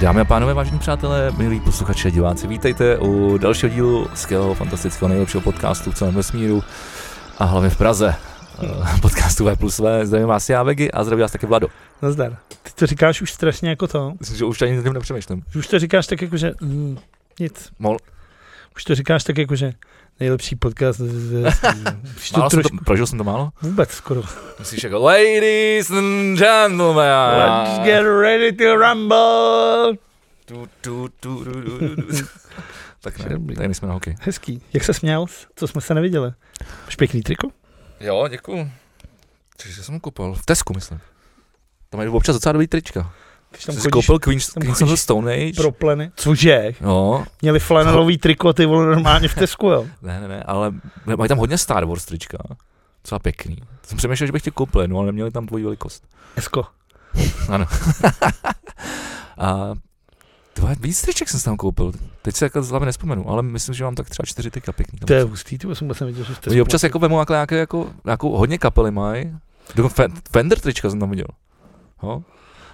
Dámy a pánové, vážení přátelé, milí posluchači a diváci, vítejte u dalšího dílu skvělého, fantastického, nejlepšího podcastu v celém vesmíru a hlavně v Praze. Eh, Podcastu V plus V, zdravím vás já, Vegy, a zdravím vás také Vlado. Nazdar. Ty to říkáš už strašně jako to. Myslím, že už ani nad tím nepřemýšlím. Už to říkáš tak jako, že mm, nic. Mol, Už to říkáš tak jako, že nejlepší podcast. z- z- z- Už to málo jsem to, trošku, prožil jsem to málo? vůbec skoro. Myslíš jako Ladies and gentlemen. Let's get ready to rumble. Tu, tu, tu, tu, tu, tu, tu. tak ne, Dobrý. tady nejsme na hokej. Hezký. Jak se směl? Co jsme se neviděli? Máš pěkný triko? Jo, děkuju. Takže jsem koupil. V Tesku, myslím. Tam mají občas docela dobrý trička. Když Tam tam jsi chodíš koupil Queen, tam Queen of the chodíš Stone Age. pro pleny. Cože? Jo, Měli flanelový triko, ty vole normálně v Tesku, jo? ne, ne, ne, ale mají tam hodně Star Wars trička. Docela pěkný. Jsem přemýšlel, že bych tě koupil, no ale neměli tam tvoji velikost. Esko. A dva, víc triček jsem si tam koupil. Teď si jako z hlavy nespomenu, ale myslím, že mám tak třeba čtyři trika pěkný. tam. To je hustý, ty vole, jsem vůbec neviděl, že v Tesku. Oni občas jako vemu jako nějaké, jako, jako hodně kapely mají. Dokonce Fen- Fender trička jsem tam viděl. Ho?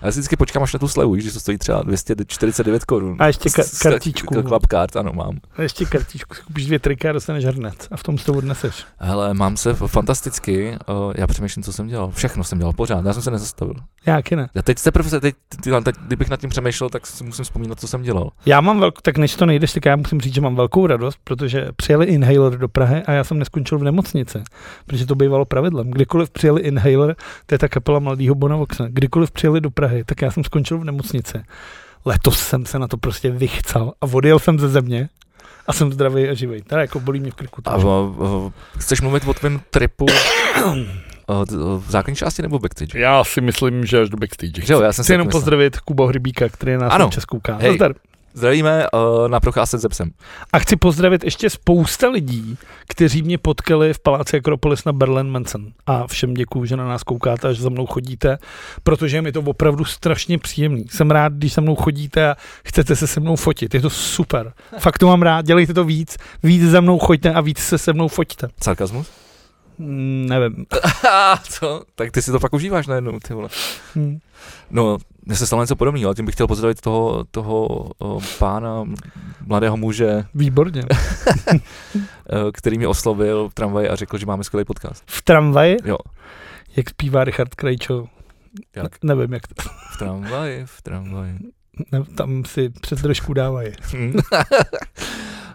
A já si vždycky počkám až na tu slevu, víš, že to stojí třeba 249 korun. A ještě ka- S- s- kartičku. k- Club card, ano, mám. A Ještě kartičku, si koupíš dvě trika a dostaneš hrnec. A v tom si to odneseš. Hele, mám se f- fantasticky, uh, já přemýšlím, co jsem dělal. Všechno jsem dělal pořád, já jsem se nezastavil. Já taky ne. Já teď teprve, se- teď, teď, teď, kdybych nad tím přemýšlel, tak si musím vzpomínat, co jsem dělal. Já mám velkou, tak než to nejdeš, tak já musím říct, že mám velkou radost, protože přijeli inhaler do Prahy a já jsem neskončil v nemocnici, protože to bývalo pravidlem. Kdykoliv přijeli inhaler, to je ta kapela mladého Bonavoxa, kdykoliv přijeli do Prahy, tak já jsem skončil v nemocnici. Letos jsem se na to prostě vychcal a odjel jsem ze země a jsem zdravý a živý. Teda jako bolí mě v krku. A, to, a, že- a chceš mluvit o tvém tripu uh, v základní části nebo backstage? Já si myslím, že až do backstage. Že jo, já jsem jako- si Chci jenom taky myslel. pozdravit Kuba Hrybíka, který je nás Ano. ano. čas kouká. Hej. Nazdar. Zdravíme uh, na procházce se psem. A chci pozdravit ještě spousta lidí, kteří mě potkali v Paláci Akropolis na Berlin Manson. A všem děkuju, že na nás koukáte a že za mnou chodíte, protože je mi to opravdu strašně příjemný. Jsem rád, když se mnou chodíte a chcete se se mnou fotit. Je to super. Fakt to mám rád, dělejte to víc. Víc za mnou choďte a víc se se mnou foťte. Sarkazmus? Mm, nevím. A co? Tak ty si to fakt užíváš najednou, ty vole. Hm. No, mně se stalo něco podobného, ale tím bych chtěl pozdravit toho, toho uh, pána, mladého muže, Výborně. eh, který mě oslovil v tramvaji a řekl, že máme skvělý podcast. V tramvaji, Jo, jak zpívá Richard Krejčo. Jak? Ne- nevím, jak to, v tramvaji, v tramvaji. ne, tam si přes trošku dávají.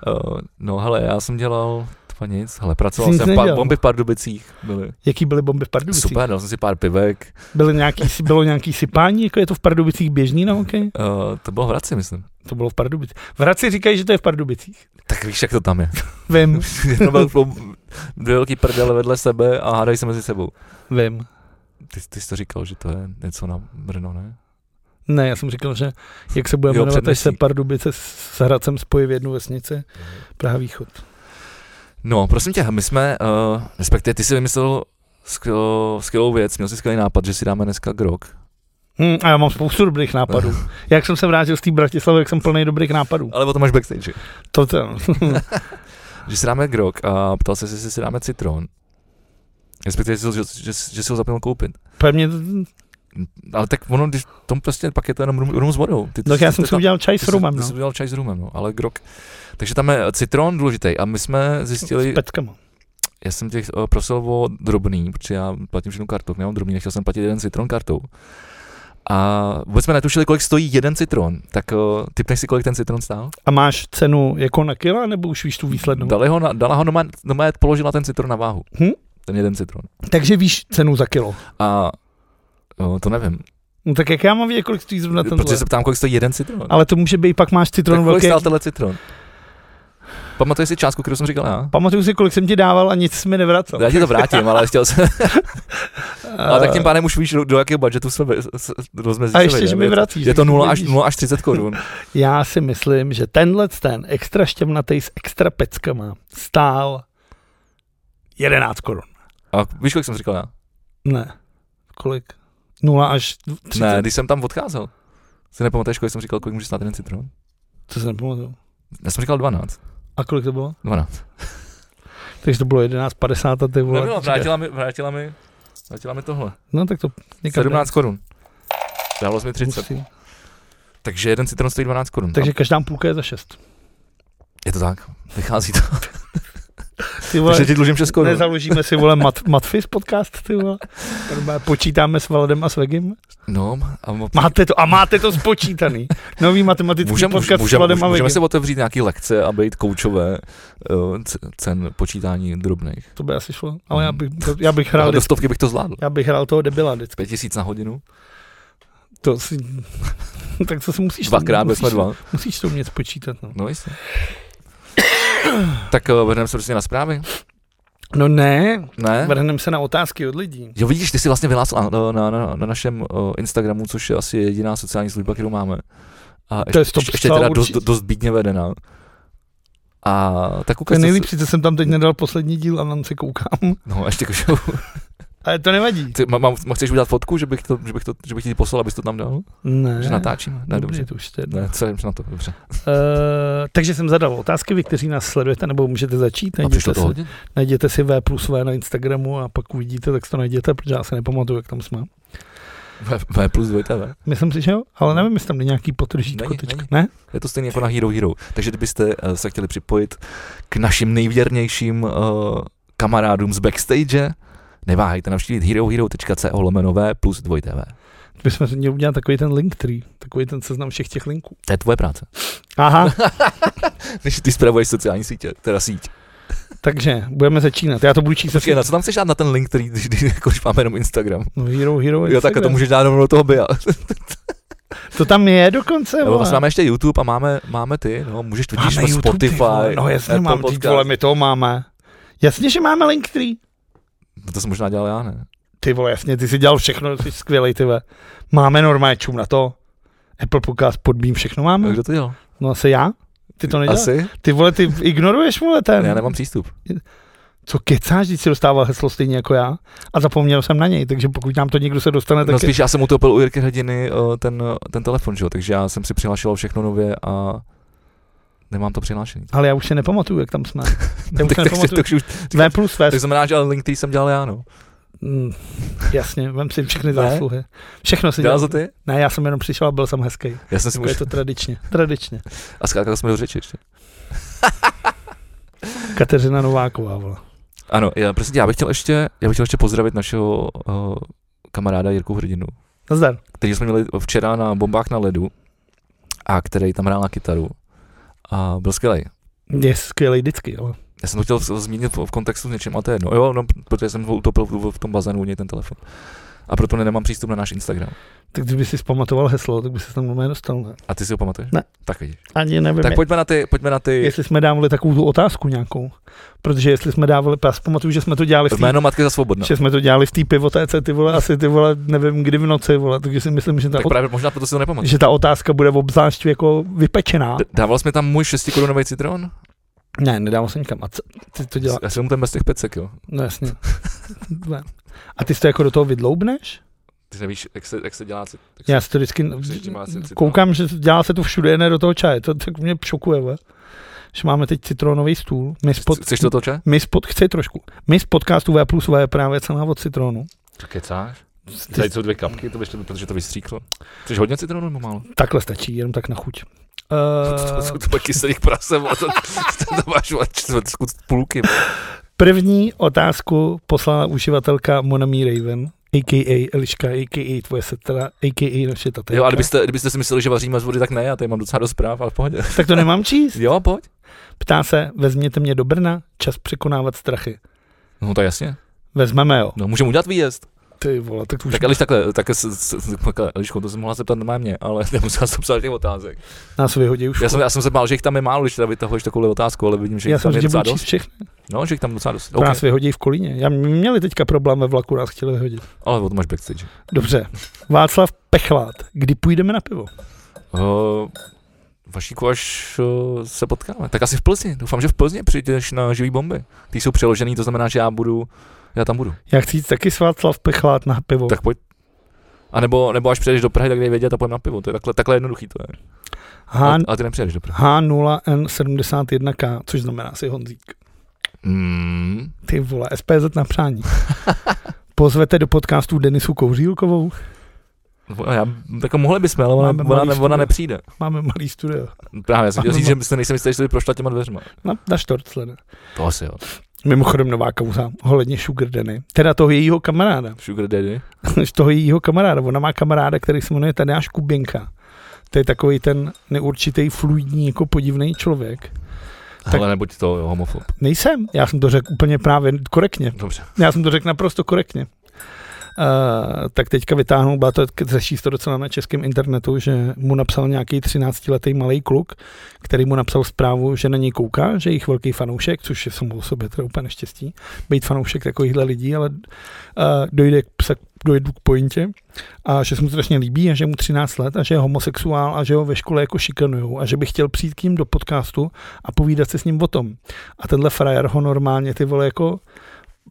Eh, no hele, já jsem dělal to nic, hele, pracoval Jsi nic jsem, pa, nedělal. bomby v Pardubicích byly. Jaký byly bomby v Pardubicích? Super, dal jsem si pár pivek, Byly nějaký, bylo nějaký sypání, jako je to v Pardubicích běžný na hokej? uh, to bylo v Hradci, myslím. To bylo v Pardubicích. V Hradci říkají, že to je v Pardubicích. Tak víš, jak to tam je. Vím, Jenom byl plom- dvě velký prdele vedle sebe a hádají se mezi sebou. vím. Ty, ty jsi to říkal, že to je něco na Brno, ne? Ne, já jsem říkal, že jak se bude Jo, jmenovat, až se přednesí. Pardubice s- s Hradcem spojí v jednu vesnici, Praha Východ. No, prosím tě, my jsme, uh, respektive ty jsi vymyslel skvělou, skvělou věc, měl jsi skvělý nápad, že si dáme dneska grog. Hmm, a já mám spoustu dobrých nápadů. Jak jsem se vrátil z té Bratislavy, jak jsem plný dobrých nápadů. Ale potom máš backstage. To to. Že si dáme grog a ptal se, jestli si dáme citron. Respektive, že, že, že, že si ho zapomněl koupit. Pevně, Ale tak ono, když tom prostě pak je to jenom rum, rum s vodou. Ty, tak ty- já ty- jsem ty- si udělal čaj ty s jsi- rumem, Ty no. jsi udělal čaj s rumem, no, ale grog. Takže tam je citron důležitý a my jsme S zjistili, peckama. já jsem těch eh, prosil o drobný, protože já platím všechno kartou, nemám drobný, nechtěl jsem platit jeden citron kartou. A vůbec jsme netušili, kolik stojí jeden citron. Tak uh, typneš si, kolik ten citron stál? A máš cenu jako na kila, nebo už víš tu výslednou? Dali ho na, dala ho doma, doma položila ten citron na váhu. Hm? Ten jeden citron. Takže víš cenu za kilo. A uh, to nevím. No tak jak já mám vědět, kolik stojí zrovna tenhle? protože se ptám, kolik stojí jeden citron. Ale to může být, pak máš citron tak kolik velký. stál tenhle citron? Pamatuješ si částku, kterou jsem říkal já? Pamatuju si, kolik jsem ti dával a nic jsi mi nevracal. Já ti to vrátím, ale chtěl jsem. Ale tak tím pádem pádem už víš, do, do jakého budžetu se ve- s- s- rozmezí. Eh. a se ještě, vejde. že mi Je to- vracíš. Je to 0 až, vidíš. 0 až 30 korun. Já si myslím, že tenhle ten extra šťavnatý s extra peckama stál 11 korun. A víš, kolik jsem říkal já? Ne. Kolik? 0 až 30. Ne, když jsem tam odcházel. Si nepamatuješ, kolik jsem říkal, kolik může stát jeden citron? To se nepamatuju. Já jsem říkal 12. A kolik to bylo? 12. Takže to bylo 11,50 a ty vole. Nebylo, vrátila mi, vrátila mi, vrátila mi tohle. No tak to někam 17 korun. Dávalo jsi mi jde. 30. Musí. Takže jeden citron stojí 12 korun. Takže každá půlka je za 6. Je to tak, vychází to. Ty vole, Takže ti dlužím 6 korun. nezaložíme si, vole, mat, Matfis podcast, ty vole. Normálně Počítáme s Valadem a s Vegim. No, a mo- Máte to, a máte to spočítaný. Nový matematický můžeme, podcast s můžeme, Vladem můžeme, a Vegim. můžeme si otevřít nějaký lekce a být koučové eh, c- cen počítání drobných. To by asi šlo, ale já Mm. bych, já bych Ale hrál, do stovky bych to zvládl. já bych hrál toho debila vždycky. 5000 na hodinu, To si, tak co si musíš... dvakrát musíš, bez dva. Musíš to umět spočítat, no. No jistě. tak eh, vrhneme se prostě na zprávy. No ne, Ne? vrhneme se na otázky od lidí. Jo, vidíš, ty jsi vlastně vyhlásil na, na, na, na našem eh, Instagramu, což je asi jediná sociální služba, kterou máme. A ještě, To je stop- ještě zcela teda dost, určitě. dost bídně vedená. A tak To je ukaž, co, nejlepší, co jsem tam teď nedal poslední díl a na se koukám. No, ještě košou. Ale to nevadí. Ty, mám, mám, chceš udělat fotku, že bych, to, že bych, to, že bych ti ji poslal, abys to tam dal? Ne. Že natáčíme? Ne, Dobrý, dobře. to už to je jedno. Ne, co jsem na to, dobře. Eh, takže jsem zadal otázky, vy, kteří nás sledujete, nebo můžete začít. A přišlo Najděte, to si, hodin? najděte si V plus V na Instagramu a pak uvidíte, tak si to najděte, protože já se nepamatuju, jak tam jsme. V, v plus 2 TV. Myslím si, že jo, ale nevím, jestli tam je nějaký potržítko Není, teďka. není. Ne? Je to stejně jako na Hero Hero. Takže kdybyste eh, se chtěli připojit k našim nejvěrnějším eh, kamarádům z backstage, neváhejte navštívit herohero.co lomeno V plus 2 TV. My jsme měli udělat takový ten link tree, takový ten seznam všech těch linků. To je tvoje práce. Aha, Když ty spravuješ sociální sítě, teda síť. takže budeme začínat. Já to budu číst. Počkej, na co tam chceš dát na ten link, který, když, když, jako, když máme jenom Instagram? No, hero, hero, Jo, tak to Instagram. můžeš dát rovnou do toho bia. To tam je dokonce, Nebo vole. vlastně máme ještě YouTube a máme, máme ty, no, můžeš tudíž Máme na YouTube, ty Spotify. vole. No jasně, Apple mám, ty Podcast. vole, my to máme. Jasně, že máme link tree. No to jsem možná dělal já, ne? Ty vole, jasně, ty jsi dělal všechno, jsi skvělej, ty vole. Máme normálně čum na to. Apple Podcast, Podbeam, A všechno máme. kdo to dělal? No asi já? Ty to neděláš? Asi? Ty vole, ty ignoruješ, vole, ten. Já nemám přístup. Co kecáš, když si dostával heslo stejně jako já? A zapomněl jsem na něj, takže pokud nám to někdo se dostane, tak No spíš já jsem utopil u Jirky Hrdiny eh, ten, ten telefon, že jo, takže já jsem si přihlašoval všechno nově a nemám to přihlášený. Ale já už si nepamatuju, jak tam jsme. Já už tak, si takže nepamatuju. to už, V E plus V. tak znamená, že ale link, který jsem dělal já, no. Mm, Jasně, vem si všechny Ne? zásluhy. Všechno si Dělal dělal. za ty? Ne, já jsem jenom přišel a byl jsem hezký. Já jsem si Jako je už, to tradičně. Tradičně. a skákal jsme do řeči ještě. Kateřina Nováková, vole. Ano, já, prostě, já bych chtěl ještě, já bych chtěl ještě pozdravit našeho eh, kamaráda Jirku Hrdinu, Nazdar. který jsme měli včera na bombách na ledu a který tam hrál na kytaru a byl skvělý. Je skvělý vždycky, ale. Já jsem to chtěl z- zmínit v v kontextu s něčím a to je jedno. Jo, no, protože jsem ho utopil v v tom bazénu u něj ten telefon. A proto nemám přístup na náš Instagram. Tak kdyby si zpamatoval heslo, tak by se tam normálně dostal, ne? A ty si ho pamatuješ? Ne. Tak vidíš. Ani nevím. Tak pojďme na ty, pojďme na ty jestli jsme dávali takovou tu otázku nějakou. Protože jestli jsme dávali, já si pamatuju, že jsme to dělali v té jméno no. Matky za svobodno. že jsme to dělali v té pivotéce, ty vole, asi ty vole, nevím kdy v noci, vole, takže si myslím, že ta, Tak právě možná proto si to nepamatuju. no, že ta otázka bude obzvlášť jako vypečená. D- Dával jsi mi tam můj šestikorunový citron? Ne, nedával jsem nikam. A co, ty to dělá? Já jsem mu ten bez těch pecek, jo. No jasně. Ne. A ty jsi to jako do toho vydloubneš? Ty nevíš, jak se, jak se dělá cit- jak se- Já si to vždycky Vždycky má asi citron. koukám, že dělá se to všude, ne do toho čaje. To tak mě šokuje, ve. že máme teď citronový stůl. My spod, Chceš to toče? my spod, chci trošku. My z podcastu V plus V je právě celá od citronu. Kecáš? Ty, jsou dvě kapky, to ještě, protože to vystříklo. Chceš hodně citronu nebo málo? takhle stačí, jenom tak na chuť. Uh, To jsou to pak kyselých prasem, a to, to, to máš vole, čtvrt skut půlky. vole. První otázku poslala uživatelka Monami Raven, a.k.a. Eliška, a.k.a. tvoje setra, a.k.a. naše tatenka. Jo, a kdybyste, kdybyste si mysleli, že vaříme z vody, tak ne, já tady mám docela dost práv, ale v pohodě. Tak to nemám číst. Jo, pojď. Ptá se, vezměte mě do Brna, čas překonávat strachy. No to jasně. Vezmeme jo. No, můžeme udělat výjezd. Ty vole, tak to už... Tak Eliš takhle, tak takhle, Eliško, to jsem mohla zeptat na mě, ale nemusela jsem psát těch otázek. Nás vyhodí už. Já jsem, já jsem se bál, že jich tam je málo, když teda vytahuješ takovou otázku, ale vidím, že já jich jsem tam je že docela budu číst dost. všechny. No, že jich tam docela dost. Okay. Okay. Nás vyhodí v Kolíně. Já měli teďka problém ve vlaku, nás chtěli vyhodit. Ale o tom máš backstage. Dobře. Václav Pechlát, kdy půjdeme na pivo? Uh, Vašíku, až uh, se potkáme. Tak asi v Plzni. Doufám, že v Plzni přijdeš na živý bomby. Ty jsou přeložený, to znamená, že já budu, já tam budu. Já chci jít taky s Václav Pechlát na pivo. Tak pojď. A nebo, nebo až přijdeš do Prahy, tak dej vědět a pojďme na pivo. To je takhle, takhle jednoduchý to je. A, H- a ty nepřijedeš do Prahy. H0N71K, což znamená si Honzík. Mm, Ty vole, SPZ na přání. Pozvete do podcastu Denisu Kouřílkovou? Já, tak mohli bychom, ale ona, Máme ona, malý ne, ona studio. nepřijde. Máme malý studio. Právě, já jsem chtěl Máme říct, že se nejsem jistý, že by prošla těma dveřma. Na, na štorcle. To asi jo. Mimochodem nová kauza, ohledně Sugar Danny. Teda toho jejího kamaráda. Sugar Daddy. toho jejího kamaráda. Ona má kamaráda, který se jmenuje Tadeáš Kuběnka. To je takový ten neurčitý, fluidní, jako podivný člověk. Tak- Ale nebuď to jo, homofob. Nejsem, já jsem to řekl úplně právě korektně. Dobře. Já jsem to řekl naprosto korektně. Uh, tak teďka vytáhnul, byla to, řeší se to docela na českém internetu, že mu napsal nějaký 13-letý malý kluk, který mu napsal zprávu, že na něj kouká, že je jich velký fanoušek, což je samo o sobě teda úplně neštěstí, být fanoušek takovýchhle lidí, ale uh, dojde k, psa, dojdu k pointě a že se mu to strašně líbí a že je mu 13 let a že je homosexuál a že ho ve škole jako šikanujou a že by chtěl přijít k ním do podcastu a povídat se s ním o tom. A tenhle frajer ho normálně ty vole jako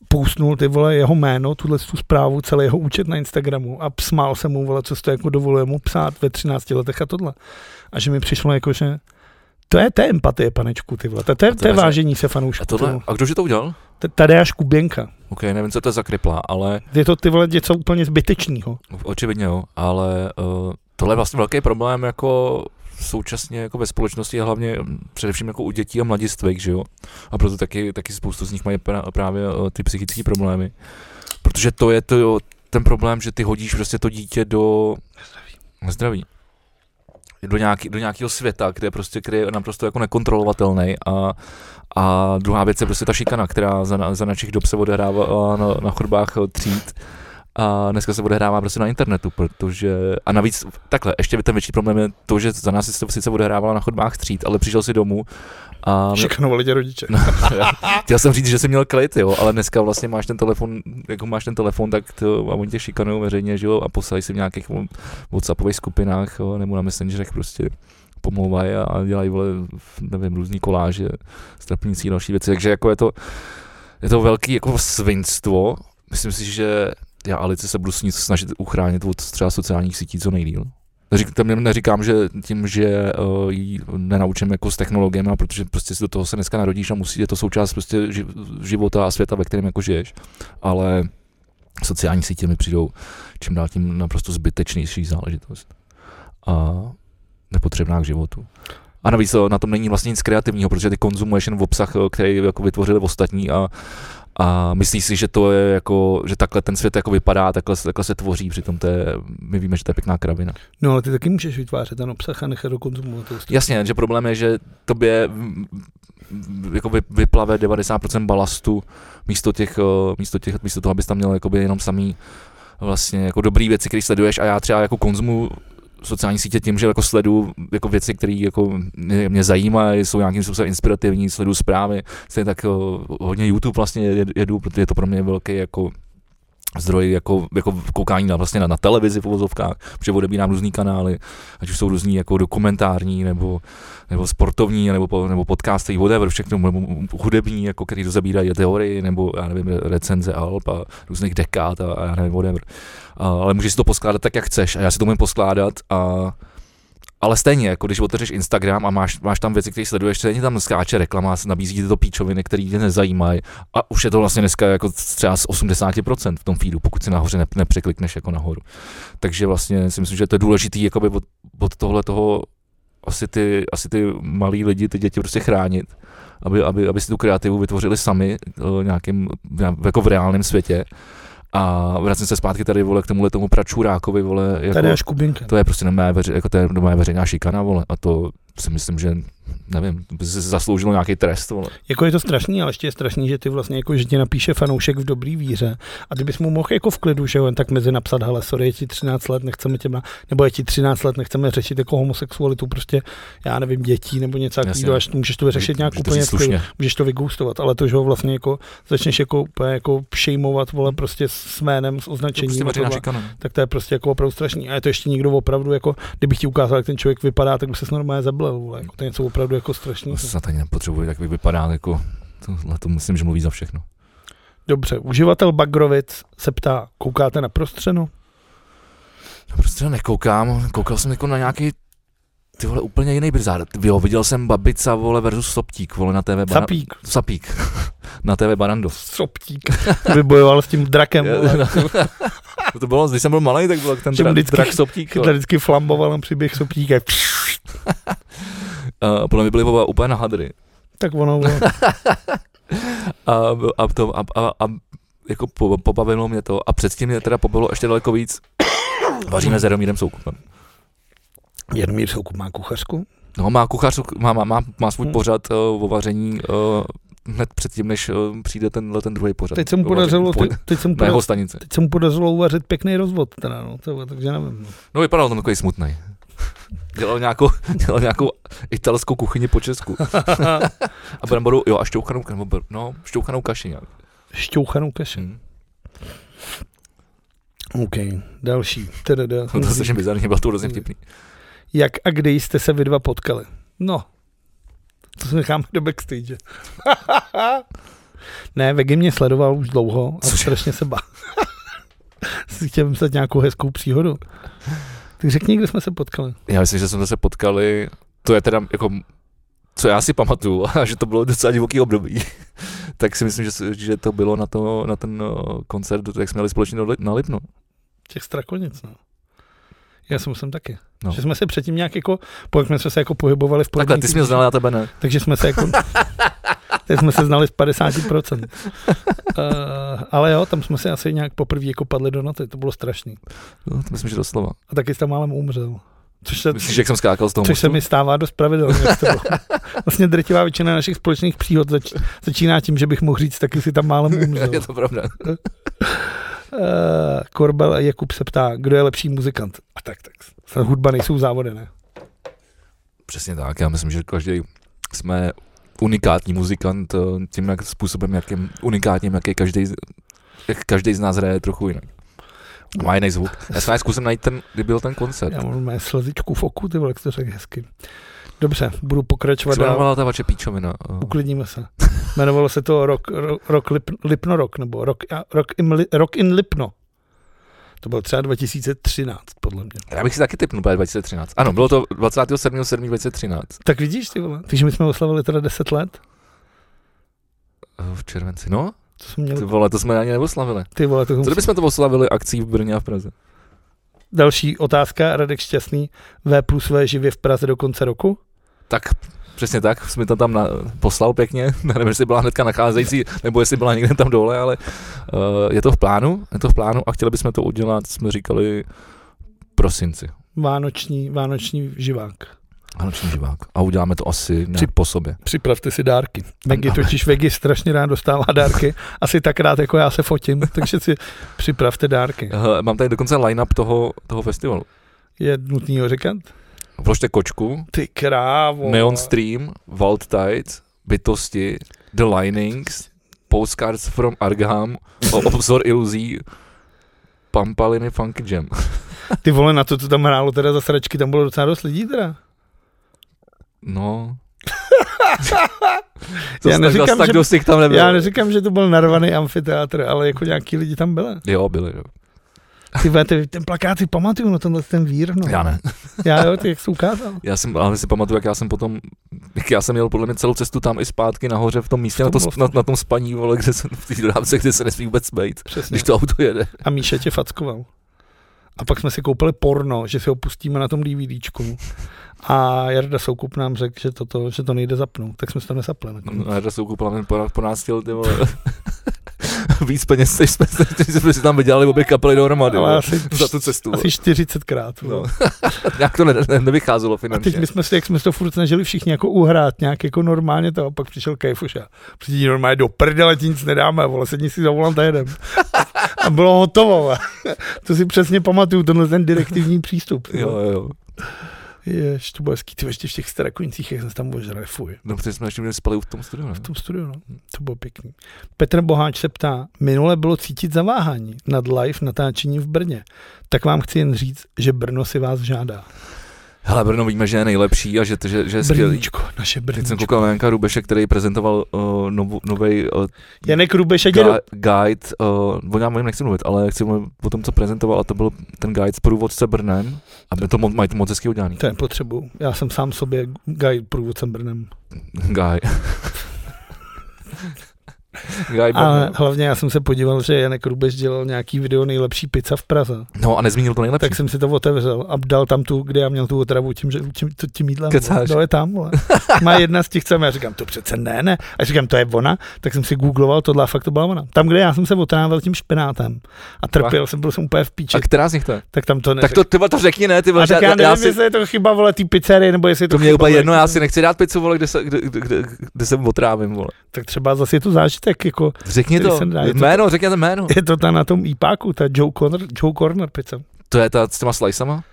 pousnul ty vole jeho jméno, tuhle tu zprávu, celý jeho účet na Instagramu a smál se mu, vole, co se to jako dovoluje mu psát ve 13 letech a tohle. A že mi přišlo jako, že to je, to je empatie, panečku, ty vole. To, to, je, to to je je za- vážení se A fanoušku. tohle, a kdože to udělal? Tady až Kuběnka. OK, nevím, co to je za kripla, ale Je to ty vole něco úplně zbytečného. očividně jo, ale uh, tohle je vlastně velký problém jako současně jako ve společnosti a hlavně mm, především jako u dětí a mladistvých, že jo? A proto taky, taky spoustu z nich mají pra, právě eh, ty psychické problémy. Protože to je to, jo, ten problém, že ty hodíš prostě to dítě do zdraví. Do, nějaký, do nějakého světa, kde prostě který je naprosto jako nekontrolovatelný a, a druhá věc je prostě ta šikana, která za, na- za našich dob se odehrávala na, na chodbách eh, tříd a dneska se odehrává prostě na internetu, protože a navíc takhle, ještě ten větší problém je to, že za nás se to sice odehrávala na chodbách tříd, ale přišel si domů a No. Šikanovali tě rodiče. Chtěl jsem říct, že jsem měl klid, jo, ale dneska vlastně máš ten telefon, jako máš ten telefon, tak to, a oni tě šikanují veřejně, že jo, a posílají si v nějakých mm, WhatsAppových skupinách, jo, nebo na Messengerech prostě pomlouvají a- a dělají, vole, nevím, různý koláže, strapnící a další věci, takže jako je to, je to velký jako svinstvo, myslím si, že já Alice se budu sni- snažit uchránit od třeba sociálních sítí co nejdíl. Neřík, tam neříkám, že tím, že uh, ji nenaučím jako s technologiemi, protože prostě si do toho se dneska narodíš a musí, je to součást prostě ži, života a světa, ve kterém jako žiješ, ale sociální sítě mi přijdou čím dál tím naprosto zbytečnější záležitost a nepotřebná k životu. A navíc eh, na tom není vlastně nic kreativního, protože ty konzumuješ jen v obsah, eh, který jako vytvořili ostatní a, a myslíš si, že to je jako, že takhle ten svět jako vypadá, takhle, se- takhle se tvoří, přitom to je, my víme, že to je pěkná kravina. No ale ty taky můžeš vytvářet ten obsah a nechat ho konzumovat. tou stranou. Jasně, že problém je, že tobě mm, mm, jako vy- vyplave 90% balastu místo, těch, eh, místo, těch, místo toho, abys tam měl jakoby jenom samý vlastně jako dobrý věci, které sleduješ a já třeba jako konzumu sociální sítě tím, že jako sledu jako věci, které jako mě, mě zajímají, jsou nějakým způsobem inspirativní, sledu zprávy, stejně tak eh, hodně YouTube vlastně jed- jedu, protože je to pro mě velký jako zdroj jako, jako koukání na, vlastně na, na televizi v uvozovkách, protože odebírám různý kanály, ať už jsou různý jako dokumentární, nebo, nebo sportovní, nebo, po- nebo podcasty, whatever, všechno nebo hudební, jako který rozebírají teorii, nebo já nevím, recenze Alp a různých dekád a, a já nevím, whatever. A, ale můžeš si to poskládat tak, jak chceš a já si to můžu poskládat a ale stejně, jako když otevřeš Instagram a máš, máš tam věci, které sleduješ, stejně tam skáče reklama, s- nabízí ti to píčoviny, které tě nezajímají. A už je to vlastně dneska jako třeba z 80% v tom feedu, pokud si nahoře ne, nepřeklikneš jako nahoru. Takže vlastně si myslím, že to je důležitý jakoby od, od tohle toho asi ty, asi ty malí lidi, ty děti prostě chránit, aby, aby, aby si tu kreativu vytvořili sami eh, nějakým, v- jako v reálném světě. A vracím se zpátky tady, vole, k tomuhle tomu pračurákovi, vole, jako, Tady až Kuběnka. to je prostě na mé, veře, jako to je na mé veřejná šikana, vole, a to si myslím, že, nevím, by si zasloužilo nějaký trest, vole. Jako je to strašný, ale ještě je strašný, že ty vlastně jako, že ti napíše fanoušek v dobrý víře a ty bys mu mohl jako v klidu, že jo, jen tak mezi napsat, hele, sorry, je ti 13 let, nechceme tě na, nebo je ti 13 let, nechceme řešit jako homosexualitu, prostě, já nevím, dětí nebo něco Jasně. takového, až můžeš to vyřešit nějak Můžeš to úplně říct jako v klidu, slušně. můžeš to vygoustovat, ale to, že ho vlastně jako začneš jako, úplně jako šejmovat, vole, prostě s jménem, s To je označením. prostě a veřejná tohle šikana. tak to je prostě jako opravdu strašný. A je to ještě někdo opravdu, jako kdybych ti ukázal, jak ten člověk vypadá, tak by se normálně zablel. Vole. Jako to je něco opravdu jako strašný. To snad ani nepotřebuje, tak vypadá jako, tohle to myslím, že mluví za všechno. Dobře, uživatel Bagrovic se ptá, koukáte na prostřenu? Já prostě nekoukám, koukal jsem jako na nějaký ty vole, úplně jiný bizár. Ty Jo, viděl jsem Babica, vole, versus Soptík, vole, na TV. ba- Sapík. Sapík. na TV Barandov. Soptík vybojoval s tím drakem. Je- vole. No, to bylo, když jsem byl malý, tak byl ten Že mu dra- vždycky drak soptík. Hitler vždycky flamboval na příběh Soptíka. Uh, podle mě byly oba úplně na hadry. Tak ono, vole, A, a, to, a, a, a jako po, pobavilo mě to. A předtím mě teda pobavilo ještě daleko víc. Vaříme s Jaromírem Soukupem. Jaromír Soukup má kuchařku. No, má kuchař, má, má, má, má svůj Hmm. pořad uh, o vaření uh, hned předtím, než uh, přijde tenhle ten druhý pořad. Teď se mu O vaření podařilo, po- teď, teď se mu Na podařilo, jeho stanici. teď se mu podařilo uvařit pěkný rozvod, teda, no, to, takže nevím. no. No, vypadal tam takový smutný. Dělal nějakou, dělal nějakou italskou kuchyni po Česku. A bramboru, jo, a šťouchanou, nebo, br- no, šťouchanou kaši nějak. Šťouchanou kaši. Hmm. OK, další. Teda, teda, No, to je strašně bizarní, bylo to hrozně Hmm. vtipný. Jak a kdy jste se vy dva potkali? No, to se necháme do backstage. ne, Vegy mě sledoval už dlouho a Cože? strašně se bá. si chtěl vymyslet nějakou hezkou příhodu. Tak řekni, kde jsme se potkali. Já myslím, že jsme se potkali, to je teda jako, co já si pamatuju, a že to bylo docela divoký období, tak si myslím, že, s- že to bylo na, to, na ten o, koncert, jak jsme měli společně do Li- na Lipnu. Těch strakonic, no. Já jsem jsem taky. No. No. Že jsme se předtím nějak jako, po- jak jsme se jako pohybovali v Takhle, podobných ty jsi mě týdnech, znal, já tebe ne. Takže jsme se jako, teď jsme se znali z 50%. Uh, ale jo, tam jsme se asi nějak poprvé jako padli do noty, to bylo strašný. No, to myslím, že doslova. A taky jsem málem umřel. Což se, Myslíš, jak jsem skákal z toho což se mostu? mi stává dost pravidelně. jak to bylo. vlastně drtivá většina našich společných příhod zač, začíná tím, že bych mohl říct, taky si tam málem umřel. Je to pravda. Uh, Korbel a Jakub se ptá, kdo je lepší muzikant. A tak, tak. Snad Hudba nejsou závody, ne? Přesně tak, já myslím, že každý jsme unikátní muzikant eh, tím jak způsobem, jakým unikátním, jaký každý, jak každý z nás hraje trochu jinak. A Má jiný zvuk. Já se zkusím najít ten, kdy byl ten koncert. Já mám mé slzičku v oku, ty vole, jak to řekl hezky. Dobře, budu pokračovat Jak se dál. jmenovala ta vaše píčovina? Eh, Uklidníme se. Jmenovalo se to Rock, rock, rock Lip, Lipno Rock, nebo rock, a- rock, in, Li- rock in Lipno. To bylo třeba 2013, podle mě. Já bych si taky typnul bude 2013. Ano, bylo to 27.7.2013. Tak vidíš, ty vole. Takže my jsme oslavili teda 10 let. eh, V červenci. No, To jsme měli, ty vole, to jsme ani neoslavili. ty vole, to Co kdybychom to oslavili akcí v Brně a v Praze? Další otázka, Radek Šťastný. V plus V živě v Praze do konce roku? Tak přesně tak, jsi mi to tam na, poslal pěkně, Já nevím, jestli byla hnedka nacházející, nebo jestli byla někde tam dole, ale uh, je to v plánu, je to v plánu a chtěli bychom to udělat, jsme říkali, v prosinci, Vánoční, vánoční živák. Vánoční živák. A uděláme to asi nějak Při- po sobě. Připravte si dárky. Vegy Ano. totiž Vegy strašně rád dostává dárky. Asi tak rád, jako já se fotím, takže si připravte dárky. Uh, mám tady dokonce line-up toho, toho festivalu. Je nutný ho říkat? Vložte kočku, Ty krávo. Neon Stream, Wald Tides, Bytosti, The Linings, Postcards from Arkham, O- Obzor iluzí, Pampaliny Funky Jam. Ty vole, na to, co tam hrálo teda za sračky, tam bylo docela dost lidí teda. No. Já neříkám, tak že- dost jich tam nebylo. Já neříkám, že to byl narvaný amfiteátr, ale jako nějaký lidi tam byli. Jo, byli, jo. Ty vole, ty, ten plakát si pamatuju, no tenhle ten vír, no. Já ne. Já jo, ty jak jsi ukázal. Já jsem, ale si pamatuju, jak já jsem potom, jak já jsem měl podle mě celou cestu tam i zpátky nahoře v tom místě, V na, tom to, loftu. na, na, tom spaní, vole, kde jsem v té dodávce, kde se nesmí vůbec být, Přesně. když to auto jede. A Míša tě fackoval. A pak jsme si koupili porno, že si ho pustíme na tom DVDčku. A Jarda Soukup nám řekl, že, toto, že to nejde zapnout, tak jsme si to nesapli. nakonec. No, já jsem koupila mi po, po nás ty vole. Víc peněz, než jsme, než jsme si tam vydělali obě kapely dohromady. Ale vole, asi, no, Za tu cestu. asi 40krát. No. Nějak to ne, ne, nevycházelo A finančně. teď my jsme si, jak jsme si to furt snažili všichni jako uhrát, nějak jako normálně to, a pak přišel Kejfuš a přijde normálně do prdele, ti nic nedáme, vole, sedni si za volant a jedem. A bylo hotovo, vole. to si přesně pamatuju, tenhle ten direktivní přístup. Jo, jo, jo. Jež, to bylo hezký, ty ještě v těch starakujících, jak jsme se tam ožrali, fuj. No, protože jsme ještě spali v tom studiu, ne? V tom studiu, no. To bylo pěkný. Petr Boháč se ptá, minule bylo cítit zaváhání nad live natáčení v Brně. Tak vám chci jen říct, že Brno si vás žádá. Hele, Brno víme, že je nejlepší a že, že, že je skvělý. Brníčko, naše Teď jsem Brníčko. koukal na Janka Rubeše, který prezentoval uh, nový uh, Janek Rubeš, ať je do- ga- guide, uh, o něm o něm nechci mluvit, ale chci mluvit o tom, co prezentoval a to byl ten guide z průvodce Brnem a byl to mo- mají to moc hezky udělaný. To nepotřebuju. Já jsem sám sobě guide průvodcem Brnem. Guy. Guy A Bonner. hlavně já jsem se podíval, že Janek Rubeš dělal nějaký video nejlepší pizza v Praze. No a nezmínil to nejlepší. Tak jsem si to otevřel a dal tam tu, kde já měl tu otravu tím, že tím, to- tím jídlem. vole. Kecáš. No je tam, vole. Má jedna z těch samé. Já říkám, to přece ne, ne. A říkám, to je ona. Tak jsem si googloval tohle a fakt to byla ona. Tam, kde já jsem se otrávil tím špenátem a trpěl jsem, byl jsem úplně v píči, A která z nich to je? tak tam to Tak neřekl. to, ty vole, to řekni, ne, ty vole, a tak já, nevím, já si, jestli je to chyba, vole, té pizzerie, nebo jestli je to to mě je chyba, úplně vole, jedno, já jaký- si nechci dát pizzu, vole, kde se, kde, kde, kde, kde se otrávím, vole. Tak třeba zase je to zážitek, jako Řekni Který to, jsem dá, je to- jméno, řekněte jméno. je to ta na tom IPáku, ta Joe Corner, Joe Corner pizza. To je ta s těma slicema?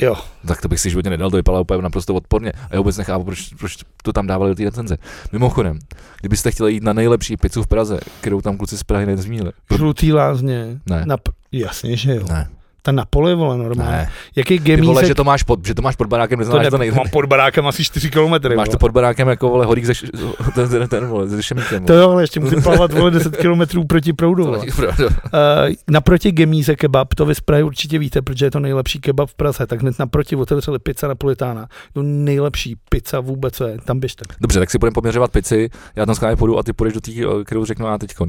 Jo. Tak to bych si životě nedal, to vypadalo úplně naprosto odporně. A já vůbec nechápu, proč, proč to tam dávali do té recenze. Mimochodem, kdybyste chtěli jít na nejlepší pizzu v Praze, kterou tam kluci z Prahy nezmínili. Pro... Žlutý lázně. Ne. Na, jasně, že jo. Ne, Ta na pole je vole normálně. ne. Jaký Ty vole, že gemízek, to máš pod, že to máš pod barákem, to, neznáš ne, to, nejde. mám pod barákem asi 4 kilometry. Máš to vole. pod barákem jako vole horík ze, š- ten, ten, ten vole, ze šemíkem. to jo, ale ještě musím plavat vole 10 kilometrů proti proudu. vole. Uh, naproti Gemíze kebab, to vy z Prahy určitě víte, protože je to nejlepší kebab v Praze, tak hned naproti otevřeli pizza napolitána. To nejlepší pizza vůbec, co je. tam běžte. Dobře, tak si budeme poměřovat pici, já tam s vámi půjdu a ty půjdeš do té, kterou řeknu já teď. Uh,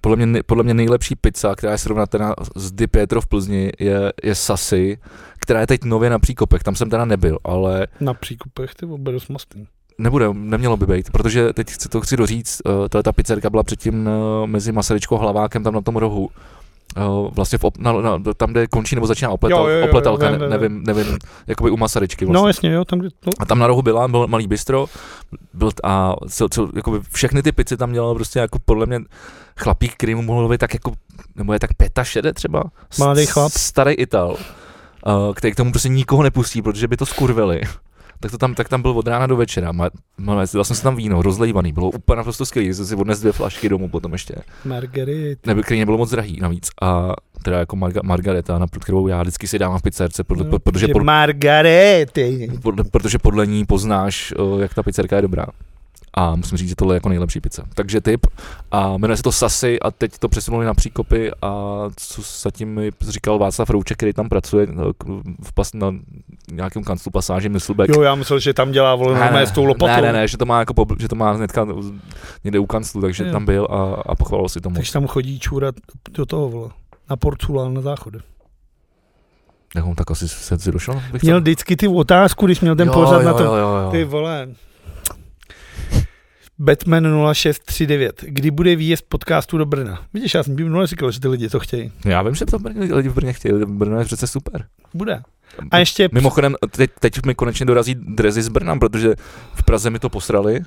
podle, mě, nej- podle mě nejlepší pizza, která je srovnatelná s Di Pietro v Plzni, je, je Sasy, která je teď nově na příkopech. Tam jsem teda nebyl, ale Na příkupech, ty oberu s mostem. nebude, nemělo by být, protože teď chci, to chci doříct, uh, tahle ta pizzerka byla předtím uh, mezi Masaryčkou a Hlavákem tam na tom rohu. Uh, vlastně v op, na, na, tam, kde končí nebo začíná opletal, Jo, jo, jo, opletalka, vím, ne, vím, nevím, nevím, jakoby u Masaryčky vlastně. No jasně, jo, tam, kde to. A tam na rohu byla, byl malý bistro byl t- a cel, cel, jakoby všechny ty pici tam dělal prostě jako podle mě chlapík, který mu mohl být tak jako, nebo je tak pěta šede třeba. S- Mladý chlap. Starý Ital, uh, který k tomu prostě nikoho nepustí, protože by to skurvili. Tak, to tam, tak tam byl od rána do večera. Ma, ma, dal jsem si tam víno, rozlejvaný, bylo úplně naprosto skvělý, jsem si odnes dvě flašky domů potom ještě. Margarit. Nebo který nebylo moc drahý navíc. A teda jako marga, Margareta, na kterou já vždycky si dávám v pizzerce, podle, no, protože, podle, Mm, Margarety. podle, protože podle ní poznáš, eh, jak ta pizzerka je dobrá. A musím říct, že tohle je jako nejlepší pizza. Takže tip. A jmenuje se to Sasy a teď to přesunuli na příkopy a co zatím mi říkal Václav Rouček, který tam pracuje eh, k- v pas, na nějakém kanclu pasáži Myslbek. Jo, já myslel, že tam dělá vole normálně s tou lopatou. ne, ne, ne, že to má, jako, pobl- že to má hnedka někde u kanclu, takže Jo. tam byl a, a pochvaloval si tomu. Takže tam chodí čůrat do toho vole. Na porculán na záchody. Tak, on tak asi se si došel. bych Měl tam- vždycky ty otázku, když měl ten jo, pořad jo, na to. Jo, jo, jo. Ty vole. Batman 0639. Kdy bude výjezd podcastu do Brna? Vidíš, já jsem minule říkal, že ty lidi to chtějí. Já vím, že to Brně- lidi v Brně chtějí, Brno je přece super. Bude. A ještě Mimochodem, teď, teď mi konečně dorazí drezy z Brna, protože v Praze mi to posrali.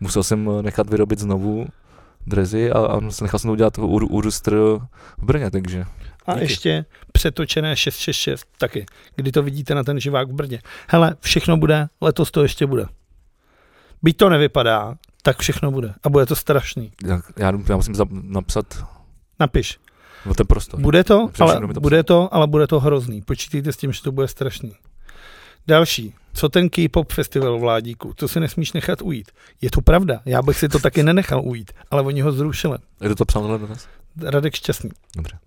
Musel jsem eh, nechat vyrobit znovu drezy a, a se- nechal jsem to udělat u, u Rustr v Brně, takže A Díky. ještě přetočené 666 taky, kdy to vidíte na ten živák v Brně. Hele, všechno bude, letos to ještě bude. Byť to nevypadá, tak všechno bude. A bude to strašný. já, já, já musím za, napsat Napiš. o ten prostor. Bude to, Přečtu, ale, kdo mi to bude to, ale bude to hrozný. Počítejte s tím, že to bude strašný. Další. Co ten K-pop festival vládíku? To si nesmíš nechat ujít. Je to pravda. Já bych si to taky nenechal ujít, ale oni ho zrušili. Kdo to psal tohle dnes? Radek Šťastný. Dobře.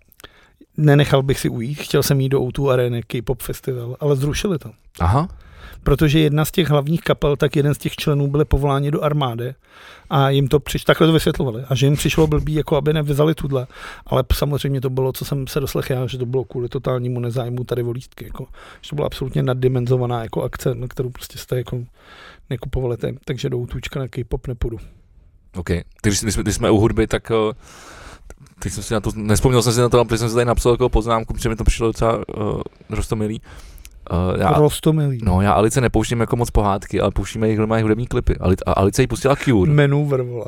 Nenechal bych si ujít. Chtěl jsem jít do O2 Areny K-pop festival, ale zrušili to. Aha, protože jedna z těch hlavních kapel, tak jeden z těch členů byli povoláni do armády a jim to přišlo, takhle to vysvětlovali, a že jim přišlo blbý, jako aby nevyzali tudle, ale p- samozřejmě to bylo, co jsem se doslech já, že to bylo kvůli totálnímu nezájmu tady volítky, jako, že to byla absolutně naddimenzovaná jako akce, na kterou prostě jste jako nekupovali ten, takže do útůčka na K-pop nepůjdu. OK. Když, když, jsme, když jsme u hudby, tak eh, teď jsem si na to, nespomněl jsem si na to, ale protože jsem si tady napsal jako poznámku, protože mi to přišlo docela uh, rostomilý. Uh, Jako- já, Rostomilý. No, já Alice nepouštím jako moc pohádky, ale pouštíme jich normálně hudební klipy. Ali- A Alice jí pustila Cure. Menu vrvola.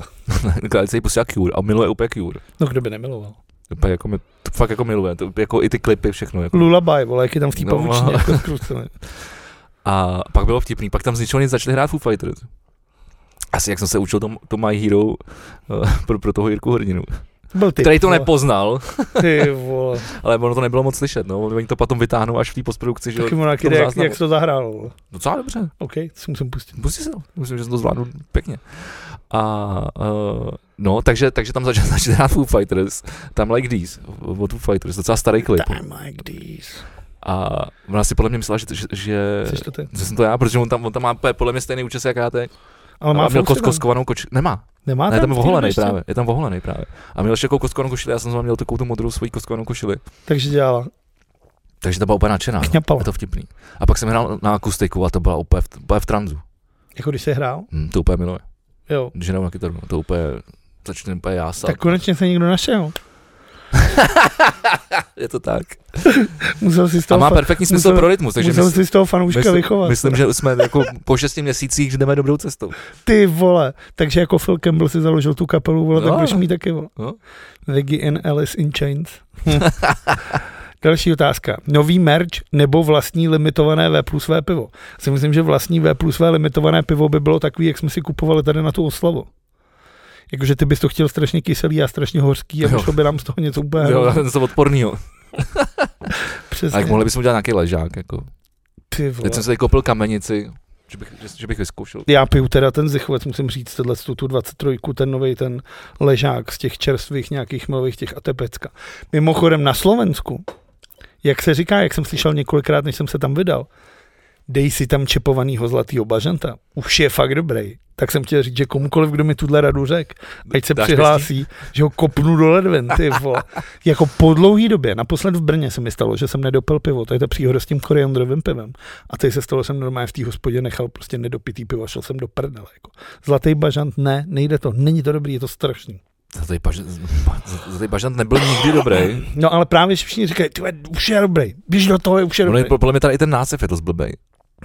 Alice jí pustila Cure a miluje úplně Cure. No kdo by nemiloval. Úplně jako mi, to fakt jako miluje, to, jako i ty klipy, všechno. Jako. Lullaby, vole, jak je tam v té No. pavučně, jako zkrucený. A pak bylo vtipný, pak tam z ničeho nic začali hrát Foo Fighters. Asi jak jsem se učil tom, to My Hero uh, pro, pro toho Jirku Hrdinu, Byl ty, který to vole. nepoznal, Ty vole. ale ono to nebylo moc slyšet, no, oni to potom vytáhnou až v té postprodukci, že jo. Taky mu v tom jak, záznamu. jak jsi to zahrál. vole. Docela dobře, OK, to si musím pustit. Pustí se to. Myslím, že jsem to zvládnu pěkně. A uh, no, takže, takže tam začal začít hrát Foo Fighters, tam Like These, od Foo Fighters, docela starý klip. Time like these. A ona si podle mě myslela, že, že, že, Chceš to ty? že jsem to já, jako protože on tam, on tam má úplně podle mě stejný účes, jak já teď. Ale No, má a měl Volkswagen. koskovanou koči. Nemá. Nemá A ne, tam je v té oholený dodačce? právě. Je tam oholený právě. A měl ještě jako koskovanou košili, já jsem zrovna měl takovou tu modrou svoji koskovanou košili. Takže dělala. Takže ta byla úplně nadšená. no. Kňapala. Je to vtipný. A pak jsem hrál na akustiku a to byla úplně v, úplně v tranzu. Jako když se hrál. Hm, to úplně miluje. Jo. Když hraju na kytaru, to úplně začne úplně jásat. Tak konečně se někdo našel. je to tak. Musel si z A toho, má fa- perfektní smysl musel- pro rytmus, takže musel myslím, si z toho fanouška myslím- vychovat. myslím, že jsme jako po šesti měsících že jdeme dobrou cestou. Ty vole. Takže jako Phil Campbell si založil tu kapelu, vole, tak No. budeš mít taky, vole. No. Veggie and Alice in Chains. Hm. Další otázka. Nový merch nebo vlastní limitované V plus V pivo? Já Si myslím, že vlastní V plus V limitované pivo by bylo takový, jak jsme si kupovali tady na tu oslavu. Jakože ty bys to chtěl strašně kyselý a strašně hořký a Jo. vyšlo by nám z toho něco úplně Jo, hrozného. něco odpornýho. A Přesně. jak mohli bychom udělat nějaký ležák, jako. Ty vole. Teď jsem si tady koupil kamenici, že bych, že, že bych vyzkoušel. Já piju teda ten zichvec, musím říct, tenhle tu, tu 23, ten nový ten ležák z těch čerstvých nějakých milových těch atepecka. Mimochodem na Slovensku, jak se říká, jak jsem slyšel několikrát, než jsem se tam vydal, dej si tam čepovanýho zlatýho bažanta. Už je fakt dobrý. Tak jsem chtěl říct, že komukoliv, kdo mi tuhle radu řekl, ať se Dáš přihlásí, že ho kopnu do ledven, ty vole. Jako po dlouhý době, naposled v Brně se mi stalo, že jsem nedopil pivo, to je ta příhoda s tím koriandrovým pivem. A teď se stalo, jsem normálně v té hospodě nechal prostě nedopitý pivo a šel jsem do prdele. Jako. Zlatý bažant, ne, nejde to, není to dobrý, je to strašný. Za tady, paž, za- za tady bažant nebyl nikdy dobrý. No ale právě že všichni říkají, ty vole, už je dobrý, běž do toho, už je No, dobrý. ne, podle mě tady i ten název je dost blbej.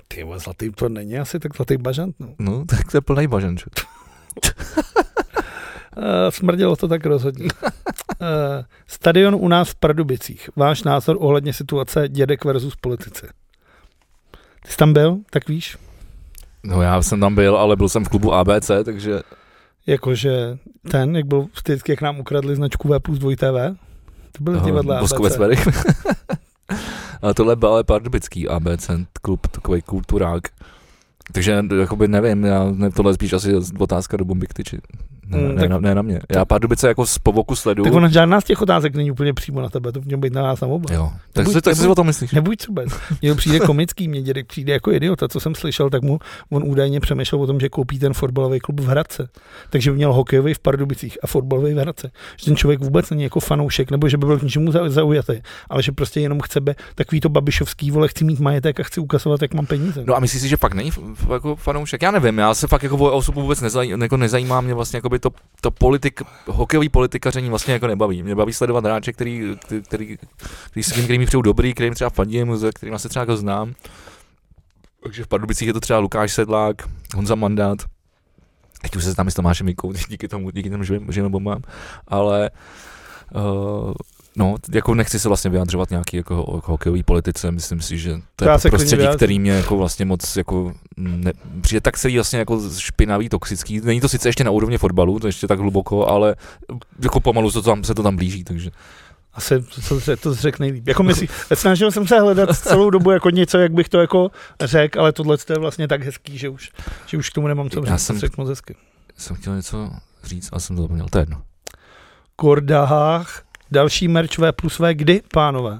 Ty vole, zlatý to není asi tak zlatý bažant, no. No, tak to je plný bažant. že? Uh, smrdělo to tak rozhodně. Uh, stadion u nás v Pardubicích. Váš názor ohledně situace dědek versus politici. Ty jsi tam byl, tak víš? No, já jsem tam byl, ale byl jsem v klubu ABC, takže Jakože ten, jak byl vždycky, jak nám ukradli značku V plus 2 TV, to byly Aha, divadla Voskové ABC. sféry. A tohle byl ale pardubický ABC klub, takový kulturák. Takže jakoby nevím, já, ne- tohle je spíš asi otázka do bomby k tyči. Ne, Mm, ne, tak- ne, ne, na mě. Já Pardubice jako z poboku sledu. Tak ona žádná z těch otázek není úplně přímo na tebe, to mělo být na nás na oba. Jo. Tak, Nebuď- co, tak co si nebuď- o tom myslíš? Nebuď cubec. Mně to přijde komický, mě dědek přijde jako idiota, co jsem slyšel, tak mu on údajně přemýšlel o tom, že koupí ten fotbalový klub v Hradce. Takže by měl hokejový v Pardubicích a fotbalový v Hradce. Že ten člověk vůbec není jako fanoušek, nebo že by byl k ničemu zau- zaujatý, ale že prostě jenom chce be, takový to babišovský vole, chci mít majetek a chci ukazovat, jak mám peníze. No a myslíš si, že fakt není f- f- jako fanoušek? Já nevím, já se fakt jako o osobu vůbec nezaj, jako nezajímá, mě vlastně jako by to, to politik, hokejový politikaření vlastně jako nebaví. Mě baví sledovat hráče, který, který, který, který, s- který mi přijou dobrý, kterým třeba fandím, za kterým se třeba jako znám. Takže v Pardubicích je to třeba Lukáš Sedlák, Honza Mandát, teď už se známe s Tomášem Mikou, díky tomu, díky tomu živým, živým bombám, ale uh, no, t- jako nechci se vlastně vyjadřovat nějaký jako, ho- jako hokejový politice, myslím si, že to To já je se klidně prostředí, vyjádřím. který mě jako vlastně moc jako ne, přijde tak celý vlastně jako špinavý, toxický. Není to sice ještě na úrovni fotbalu, to ještě tak hluboko, ale jako pomalu se to tam, se to tam blíží, takže Asi co se to řekne nejlíp. Jako myslí, snažil jsem se hledat celou dobu jako něco, jak bych to jako řekl, ale tohle je vlastně tak hezký, že už, že už k tomu nemám co Já říct. jsem- Řekl moc hezky. jsem chtěl něco říct a jsem to zapomněl, to je jedno. Kordahách, další merch V plus V, kdy, pánové?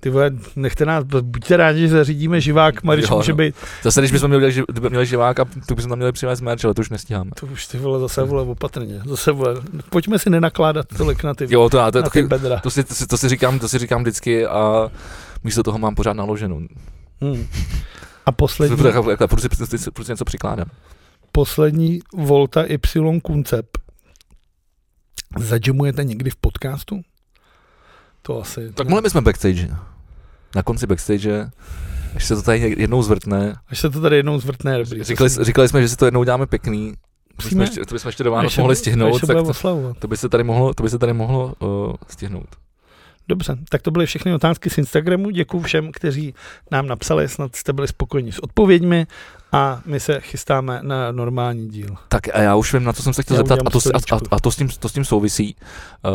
Ty vole, nechte nás, buďte rádi, že zařídíme živák, Mariš Jo, může no. být, Zase, když bychom měli, kdyby měli živák a tu bychom tam měli přivést merch, ale to už nestíháme. to už ty vole, zase vole, opatrně, zase vole, pojďme si nenakládat tolik na ty, Jo, to, já- to, je na ty taky, bedra. To si, to, si, to si říkám, to si říkám vždycky a místo toho mám pořád jako, naloženou. Hmm. A poslední, Takhle- takhle Furt si, furt si- furt si prostě, něco přikládám. poslední Volta Y koncept. Zadžemujete někdy v podcastu? To asi. Tak mohli bychom backstage. Na konci backstage, až se to tady něk- jednou zvrtne. Až se to tady jednou zvrtne, je dobrý. Říkali, říkali jsme, že si to jednou dáme pěkný. To bychom Musíme. ještě, to bychom ještě do Až Vánoc se- mohli až stihnout, se tak budeme to, oslavovat. to, by se tady mohlo, to by se tady mohlo uh, stihnout. Dobře, tak to byly všechny otázky z Instagramu. Děkuji všem, kteří nám napsali, snad jste byli spokojeni s odpověďmi a my se chystáme na normální díl. Tak a já už vím, na co jsem se chtěl Já zeptat, udělám a to, s- a, a, storičku. a to, s tím, to s tím souvisí. Uh,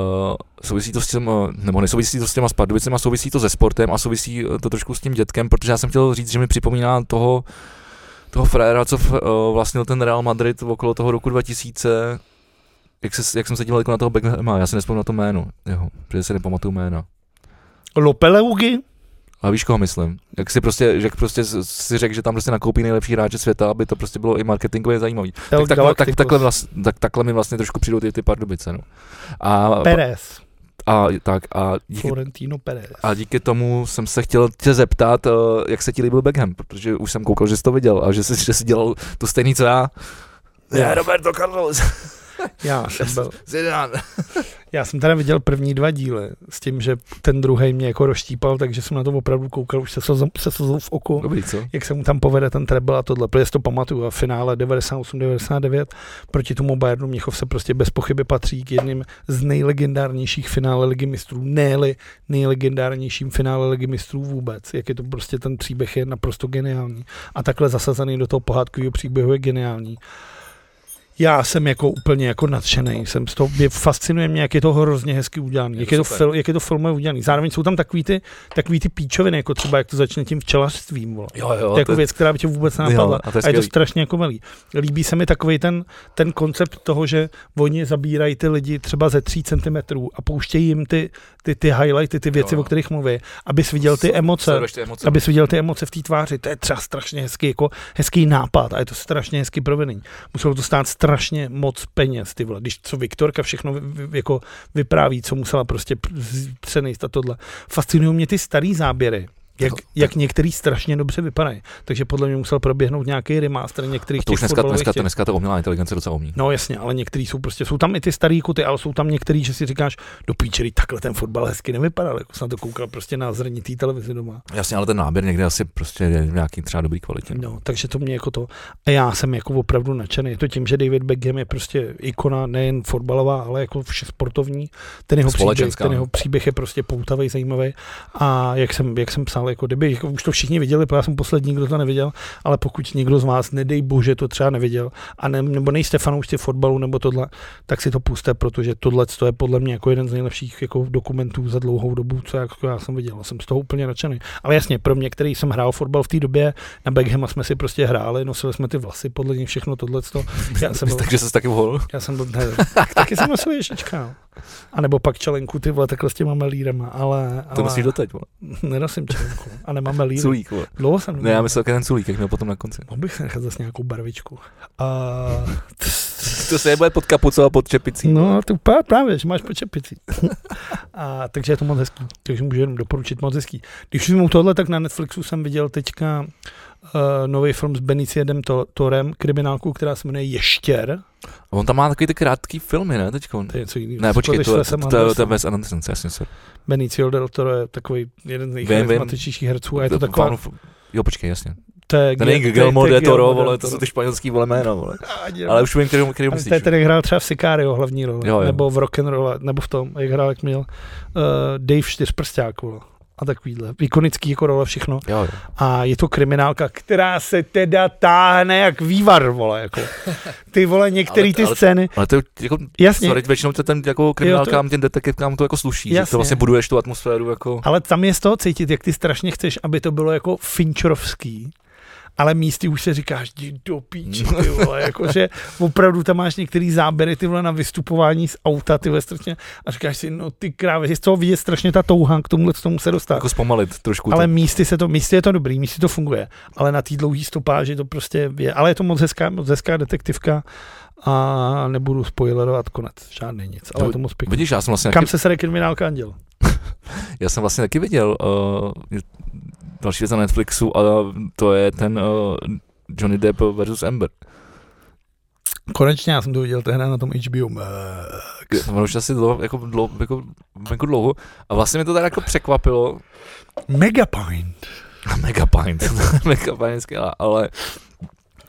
souvisí to s tím, uh, nebo nesouvisí to s těma Pardubicema, souvisí to se sportem a souvisí eh, to trošku s tím dětkem, protože já jsem chtěl říct, že mi připomíná toho, toho frajera, co uh, vlastnil ten Real Madrid okolo toho roku 2000. Jak, se, jak jsem se díval jako na toho Beckhama, já si nespomínám na to jméno, jeho, protože si nepamatuju jména. Lopeleugy? A víš, koho myslím? Jak si prostě, jak prostě s- si řekl, že tam prostě nakoupí nejlepší hráče světa, aby to prostě bylo i marketingově zajímavý. Tak, takhle, tak, takhle, vlast, tak, takhle mi vlastně trošku přijdou ty, ty pardubice, no. A, Perez, a, tak, a díky, Florentino Perez. a díky tomu jsem se chtěl tě zeptat, eh, jak se ti líbil Beckham, protože už jsem koukal, že jsi to viděl a že jsi, že jsi dělal to stejný, co já. Já. Já, Roberto Carlos, Já jsem byl. Zidane. Já jsem teda viděl první dva díly s tím, že ten druhý mě jako rozštípal, takže jsem na to opravdu koukal už se slzou, se slzou v oku. Dobrý, co? jak se mu tam povede ten treble a tohle, protože si to pamatuju a v finále 98-99 proti tomu Bayernu Měchov se prostě bez pochyby patří k jedním z nejlegendárnějších finále ligy mistrů, ne nejlegendárnějším finále ligy mistrů vůbec, jak je to prostě ten příběh je naprosto geniální a takhle zasazený do toho pohádkového příběhu je geniální. Já jsem jako úplně jako nadšený, jsem z toho, mě fascinuje mě, jak je to hrozně hezky udělaný, Je jak to je to, super. fil, jak je to filmově udělaný. Zároveň jsou tam takový ty, takový ty píčoviny, jako třeba jak to začne tím včelařstvím, vole. Jo, jo, To je jako věc, která by tě vůbec Jo, nenapadla. a to je a je to skvělý. strašně jako milý. Líbí se mi takový ten, ten koncept toho, že oni zabírají ty lidi třeba ze 3 cm a pouštějí jim ty, ty, ty highlighty, ty věci, Jo, jo. o kterých mluví, abys viděl ty emoce. Sleduješ ty emoce. Abys viděl ty emoce v té tváři, to je třeba strašně hezký, jako hezký nápad a je to strašně hezky provedený. Muselo to stát strašně moc peněz, ty vole. Když co Viktorka všechno vy, vy, jako vypráví, co musela prostě p- z- přenést a tohle. Fascinují mě ty starý záběry. Jak, Tak- jak některý strašně dobře vypadají. Takže podle mě musel proběhnout nějaký remaster některých A to už těch dneska, fotbalových dneska, těch- dneska to umělá inteligence docela umí. No jasně, ale některý jsou prostě, jsou tam i ty starý kuty, ale jsou tam některý, že si říkáš, do píčery, takhle ten fotbal hezky nevypadal, jako jsem na to koukal prostě na zrnitý televizi doma. No, Jasně, ale ten náběr někde asi prostě je v nějaký třeba dobrý kvalitě. No, takže to mě jako to. A já jsem jako opravdu nadšený. Je to tím, že David Beckham je prostě ikona nejen fotbalová, ale jako vše sportovní. Ten jeho, příběh, Společenská. no. ten jeho příběh je prostě poutavý, zajímavý. A jak jsem, jak jsem psal, jako kdyby jako už to všichni viděli, protože já jsem poslední, kdo to neviděl, ale pokud někdo z vás, nedej bože, to třeba neviděl, a ne, nebo nejste fanoušci fotbalu nebo tohle, tak si to puste, protože tohle to je podle mě jako jeden z nejlepších jako dokumentů za dlouhou dobu, co já, co já jsem viděl. Jsem z toho úplně nadšený. Ale jasně, pro mě, který jsem hrál fotbal v té době, na Beckhama jsme si prostě hráli, nosili jsme ty vlasy, podle něj všechno tohle. Já jsem byl, Takže se taky vohl. já jsem byl ne, tak, taky jsem nosil ježička. no. A nebo pak čelenku, ty vole, takhle s těma melírama, ale... ale To nosíš doteď, vole. Nenosím čelenku. A nemám melíry. Culík, vole. Dlouho jsem Ne, já neměl. myslel, že ten culík, jak měl potom na konci. Mohl bych si nechat zase nějakou barvičku. A... To se nebude pod kapucou a pod čepicí. No, to pá- právě, že máš počepici. a, takže je to moc hezký. Takže můžu jenom doporučit moc hezký. Když už mu tohle, tak na Netflixu jsem viděl teďka uh, nový film s Benicidem To- Torem, kriminálku, která se jmenuje Ještěr. A On tam má takový ty krátký filmy, ne, teďkon? To je něco jiného. Ne, počkej, to, Scottish je- Wes to, to, je- to je Anderson. bez Anderson, jasně se. Benicio del Toro je takový jeden z Vím, vím. nejcharizmatičnějších herců a je to taková... Jo, počkej, jasně. To je, Ten Gil- je to je- Guillermo to de je Toro, Guillermo del vole, to jsou Toro. ty španělský vole jména, vole. A, dělám. Ale už vím, který, který Ale myslíš. to je ten, jak hrál třeba v Sicario hlavní roli, Jo, jo. nebo v Rock'n'Roll, nebo v tom, jak hrál, jak měl uh, Dave čtyřprsták, vole. a takovýhle, ikonický jako role všechno. Jo, jo. A je to kriminálka, která se teda táhne jak vývar, vole, jako. Ty vole, některé Ale- ty ale- scény, Ale to je jako, jasně, sorry, většinou to ten jako kriminálkám, těm detektivkám to jako sluší, že Jasně. to vlastně buduješ tu atmosféru jako... ale tam je z toho cítit, jak ty strašně chceš, aby to bylo jako finčerovský, ale místy už se říkáš, jdi do píči, ty No. vole, jakože opravdu tam máš některý záběry, ty vole, na vystupování z auta, ty vole, strašně, a říkáš si, no ty krávy, je z toho vidět strašně ta touha k tomuhle tomu se dostat. Jako zpomalit trošku. Ale to. místy se to, místy je to dobrý, místy to funguje, ale na té dlouhé stopáži to prostě je, ale je to moc hezká, moc hezká detektivka a nebudu spoilerovat konec, žádný nic, ale No, je to moc pěkný. Vidíš, já jsem vlastně Kam se sere kriminálka Anděl? Já jsem vlastně taky viděl uh, další věc na Netflixu a to je ten uh, Johnny Depp versus Amber. Konečně já jsem to viděl tehdy na tom HBO eh, Max. To bylo už asi dlouho, jako, dlouho, jako, jako dlouho a vlastně mě to tak jako překvapilo. Megapint. Megapint, Megapint je skvělá, ale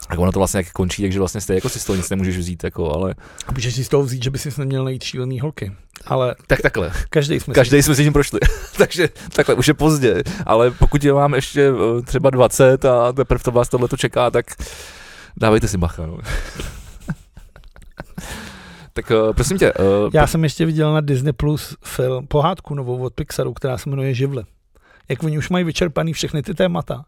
tak ono to vlastně jak končí, takže vlastně stejně jako si z toho nic nemůžeš vzít, jako, ale A můžeš si z toho vzít, že by si neměl najít šílený holky. Ale tak takhle. každý jsme si... Každý jsme si tím prošli, takže takhle už je pozdě, ale pokud je vám ještě eh, třeba 20 a teprve to vás tohle to čeká, tak dávejte si bacha. No. tak eh, prosím tě, eh, Já jsem ještě viděl na Disney Plus film, pohádku novou od Pixaru, která se jmenuje Živle. Jak oni už mají vyčerpaný všechny ty témata,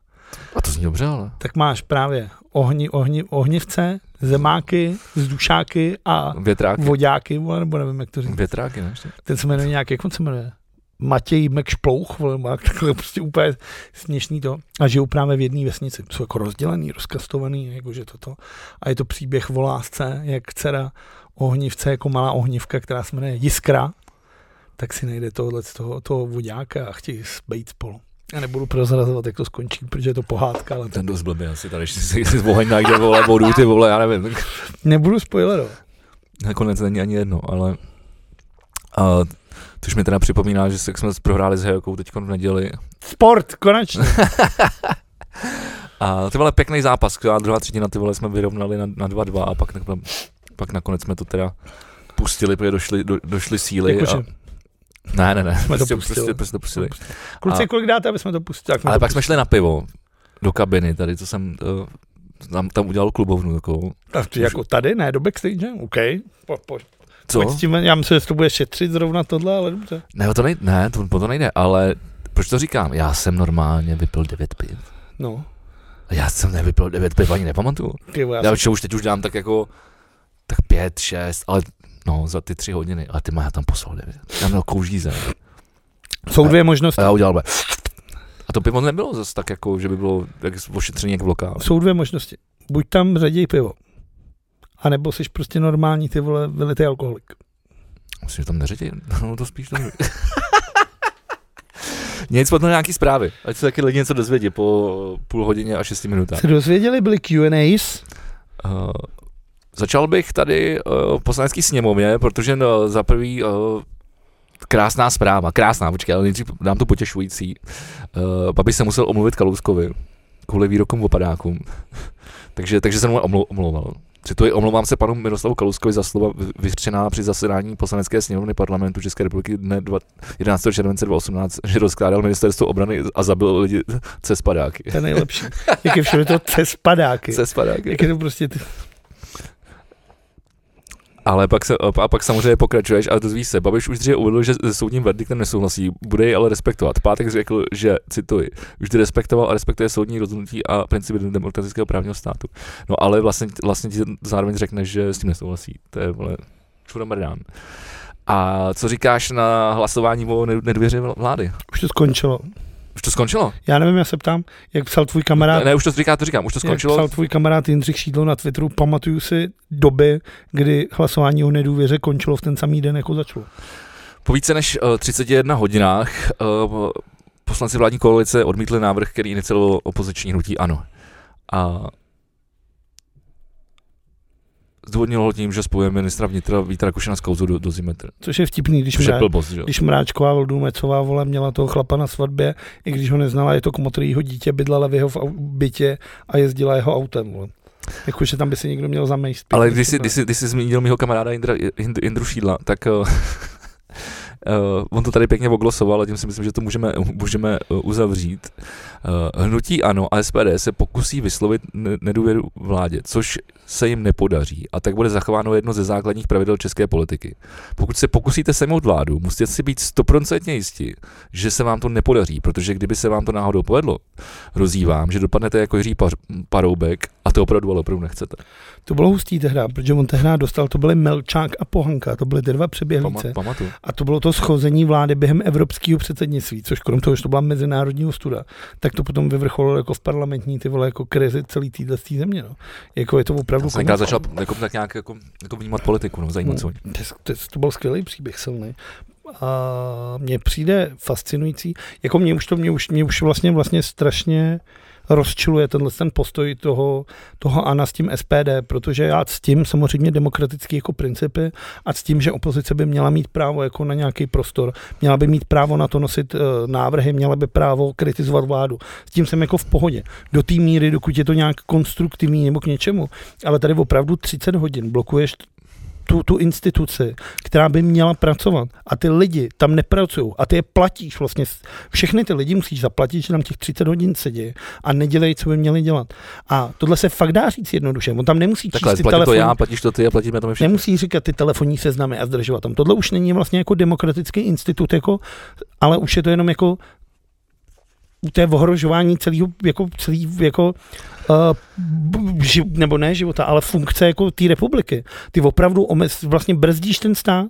a to zní dobře, ale tak máš právě ohni, ohni, ohnivce, zemáky, vzdušáky a větráky, vodáky, vole, nebo nevím, jak to říct. větráky, ne? ještě? Ten se jmenuje nějak, jak on se jmenuje? Matěj Mekšplouch, vole, má takhle prostě úplně směšný to. A žijou právě v jedné vesnici. Jsou jako rozdělený, rozkastovaný, jakože toto. A je to příběh o lásce, jak dcera ohnivce, jako malá ohnivka, která se jmenuje Jiskra, tak si najde tohohle, toho, toho vodáka a chtějí být spolu. Já nebudu prozrazovat, jak to skončí, protože je to pohádka, ale to... Ten dost blbě asi tady, jestli si jestli oheň najde, vole, vodu, ty vole, já nevím. nebudu spoilerovat. Nakonec není ani jedno, ale... A, což mi teda připomíná, že se- jak jsme prohráli s Hejokou teď v neděli. Sport, konečně. A ty vole, pěkný zápas, a druhá třetina, ty vole, jsme vyrovnali na, na 2-2 a pak, na- pak nakonec jsme to teda pustili, protože došly, do, došly síly. Jakože, a, ne, ne, ne, Jsme to prostě, pustili. prostě, prostě to pustili. kluci, a- kolik dáte, aby jsme to pustili? Tak Ale to pak jsme šli na pivo do kabiny tady, co jsem to, tam, tam udělal klubovnu takovou. A ty jako tady, ne, do backstage, OK. Po, po, Co? pojď s tím, ven. já myslím, že to bude šetřit zrovna tohle, ale dobře. Ne, to nejde, ne, to, po to nejde, ale proč to říkám? Já jsem normálně vypil 9 piv. No, A Já jsem nevypil 9 piv, ani nepamatuju. ty vole, já, Já jsem- už, už teď už dám tak jako, tak 5, 6, ale no, za ty tři hodiny. Ale ty má, já tam poslal 9. Já měl koužíze. Jsou dvě možnosti. A já udělal bude. A to pivo nebylo zase tak jako, že by bylo jak ošetření jak v lokálu. Jsou dvě možnosti. Buď tam ředěj pivo, anebo jsi prostě normální ty vole vylitý alkoholik. Myslím, že tam neřetí. No to spíš to Nic, potom nějaký zprávy. Ať se taky lidi něco dozvědí po půl hodině a šesti minutách. Se dozvěděli, byly Q&As. Uh, začal bych tady uh, v poslanecký sněmovně, protože no, za prvý uh, krásná zpráva, krásná, počkej, ale nejdřív dám to potěšující. Uh, Babiš se musel omluvit Kalouskovi kvůli výrokům o padákům. takže, takže se mu omlou, omlouval. Cituji, omlouvám se panu Miroslavu Kalouskovi za slova vy- vyřčená při zasedání poslanecké sněmovny parlamentu České republiky dne dva- 11. července 2018, že rozkládal ministerstvo obrany a zabil lidi cez padáky. To je nejlepší. Jak je všude to přes padáky. Cez padáky. Jak je to prostě ty... Ale pak, se, a pak samozřejmě pokračuješ a dozvíš se. Babiš už dříve uvedl, že se soudním verdiktem nesouhlasí, bude jej ale respektovat. Pátek řekl, že, cituji, vždy respektoval a respektuje soudní rozhodnutí a principy demokratického právního státu. No ale vlastně, vlastně ti zároveň řekne, že s tím nesouhlasí. To je vole, čura mrdán. A co říkáš na hlasování o ne- nedůvěře vl- vlády? Už to skončilo. Už to skončilo? Já nevím, já se ptám, jak psal tvůj kamarád. Ne, ne, už to říká, to říkám, už to Jak skončilo. psal tvůj kamarád Jindřich Šídlo na Twitteru, pamatuju si doby, kdy hlasování o nedůvěře končilo v ten samý den, jako začalo. Po více než eh, 31 hodinách eh, poslanci vládní koalice odmítli návrh, který inicioval opoziční hnutí ANO. A zdůvodnilo ho tím, že spojuje ministra vnitra Vítra Kušina s kouzou do, do Zimetr. Což je vtipný, když, Což je mrá, blbost, že jo? když Mráčková Vildumecová vole měla toho chlapa na svatbě, i když ho neznala, je to komotrýho dítě, bydlela v jeho v au- bytě a jezdila jeho autem. Vole. Jakože tam by se někdo měl zamejst. Ale když jsi, když, jsi, když jsi zmínil mého kamaráda Jindra, Jind- Jindru Šídla, tak uh, uh, on to tady pěkně oglosoval a tím si myslím, že to můžeme, můžeme eh, uzavřít. Uh, hnutí ANO a SPD se pokusí vyslovit ne- nedůvěru vládě, což se jim nepodaří a tak bude zachováno jedno ze základních pravidel české politiky. Pokud se pokusíte sejmout vládu, musíte si být stoprocentně jistí, že se vám to nepodaří, protože kdyby se vám to náhodou povedlo, hrozí vám, že dopadnete jako Jiří Pař- Paroubek a to opravdu, ale opravdu nechcete. To bylo hustý tehdy, protože on tehdy dostal, to byly Melčák a Pohanka, to byly ty dva přeběhlíce. Pama- pamatuju. A to bylo to schození vlády během evropského předsednictví, což krom toho, že to byla mezinárodní ostuda, tak to potom vyvrcholilo jako v parlamentní ty vole jako krizi celý týhle z té země. No. Jako je to opravdu Já jsem tenkrát konec. začal jako, tak nějak jako, jako vnímat politiku, no, zajímat se o ní. To, je- to, je- to byl skvělý příběh silný. A mně přijde fascinující, jako mě už to, mě už, mě už vlastně, vlastně strašně rozčiluje tenhle ten postoj toho, toho ANA s tím SPD, protože já s tím samozřejmě demokratický jako principy a s tím, že opozice by měla mít právo jako na nějaký prostor, měla by mít právo na to nosit eh, návrhy, měla by právo kritizovat vládu. S tím jsem jako v pohodě. Do té míry, dokud je to nějak konstruktivní nebo k něčemu, ale tady opravdu 30 hodin blokuješ tu, tu instituci, která by měla pracovat a ty lidi tam nepracují a ty je platíš vlastně, všechny ty lidi musíš zaplatit, že tam těch 30 hodin sedí a nedělají, co by měli dělat. A tohle se fakt dá říct jednoduše, on tam nemusí číst Takhle, ty platí to telefony, já, platíš to ty a platíme to my všichni. nemusí říkat ty telefonní seznamy a zdržovat tam. Tohle už není vlastně jako demokratický institut, jako, ale už je to jenom jako to je ohrožování celého jako, celý, jako uh, b- ži, nebo ne života, ale funkce jako té republiky. Ty opravdu omez, vlastně brzdíš ten stát.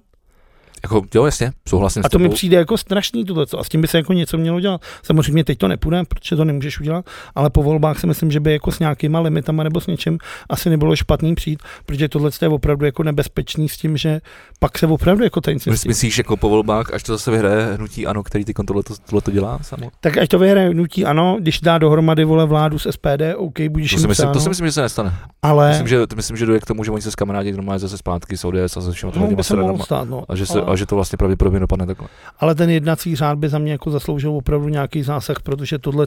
Jako, jo, jasně, souhlasím A s to mi tebou. přijde jako strašný tohle, a s tím by se jako něco mělo dělat. Samozřejmě teď to nepůjde, protože to nemůžeš udělat, ale po volbách si myslím, že by jako s nějakýma limitama nebo s něčím asi nebylo špatný přijít, protože tohle je opravdu jako nebezpečný s tím, že pak se opravdu jako ten Mys- Myslíš jako po volbách, až to zase vyhraje hnutí ANO, který teď tohleto, tohleto dělá samo? Tak až to vyhraje hnutí, ano, když dá dohromady vole vládu s SPD, OK, budíš To si, jim myslím, to psáno, si myslím, že se nestane. ale Myslím, že, to myslím, že dojde k tomu, že oni se s kamarádi normálně zase zpátky s ODS a se všema no, těma by se stranama. mohlo stát, no. A že, se, a že to vlastně pravděpodobně dopadne takhle. Ale ten jednací řád by za mě jako zasloužil opravdu nějaký zásah, protože tohle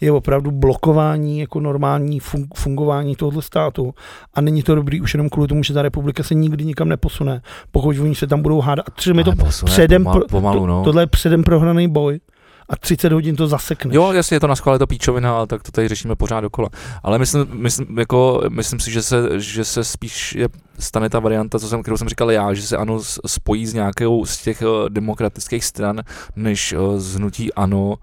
je opravdu blokování jako normální fun- fungování tohoto státu. A není to dobrý už jenom kvůli tomu, že ta republika se nikdy nikam neposune, pokud oni se tam budou hádat. A tři mi to, Ale posune předem pomalu, pro- pomalu, no. tohle je předem prohraný boj a 30 hodin to zasekneš. Jo, jasně, je to na schvále to píčovina, ale tak to tady řešíme pořád dokola. Ale myslím, myslím, jako, myslím si, že se, že se spíš je, stane ta varianta, co jsem, kterou jsem říkal já, že se ano s- spojí s nějakou z těch eh, demokratických stran, než eh, z hnutí ano,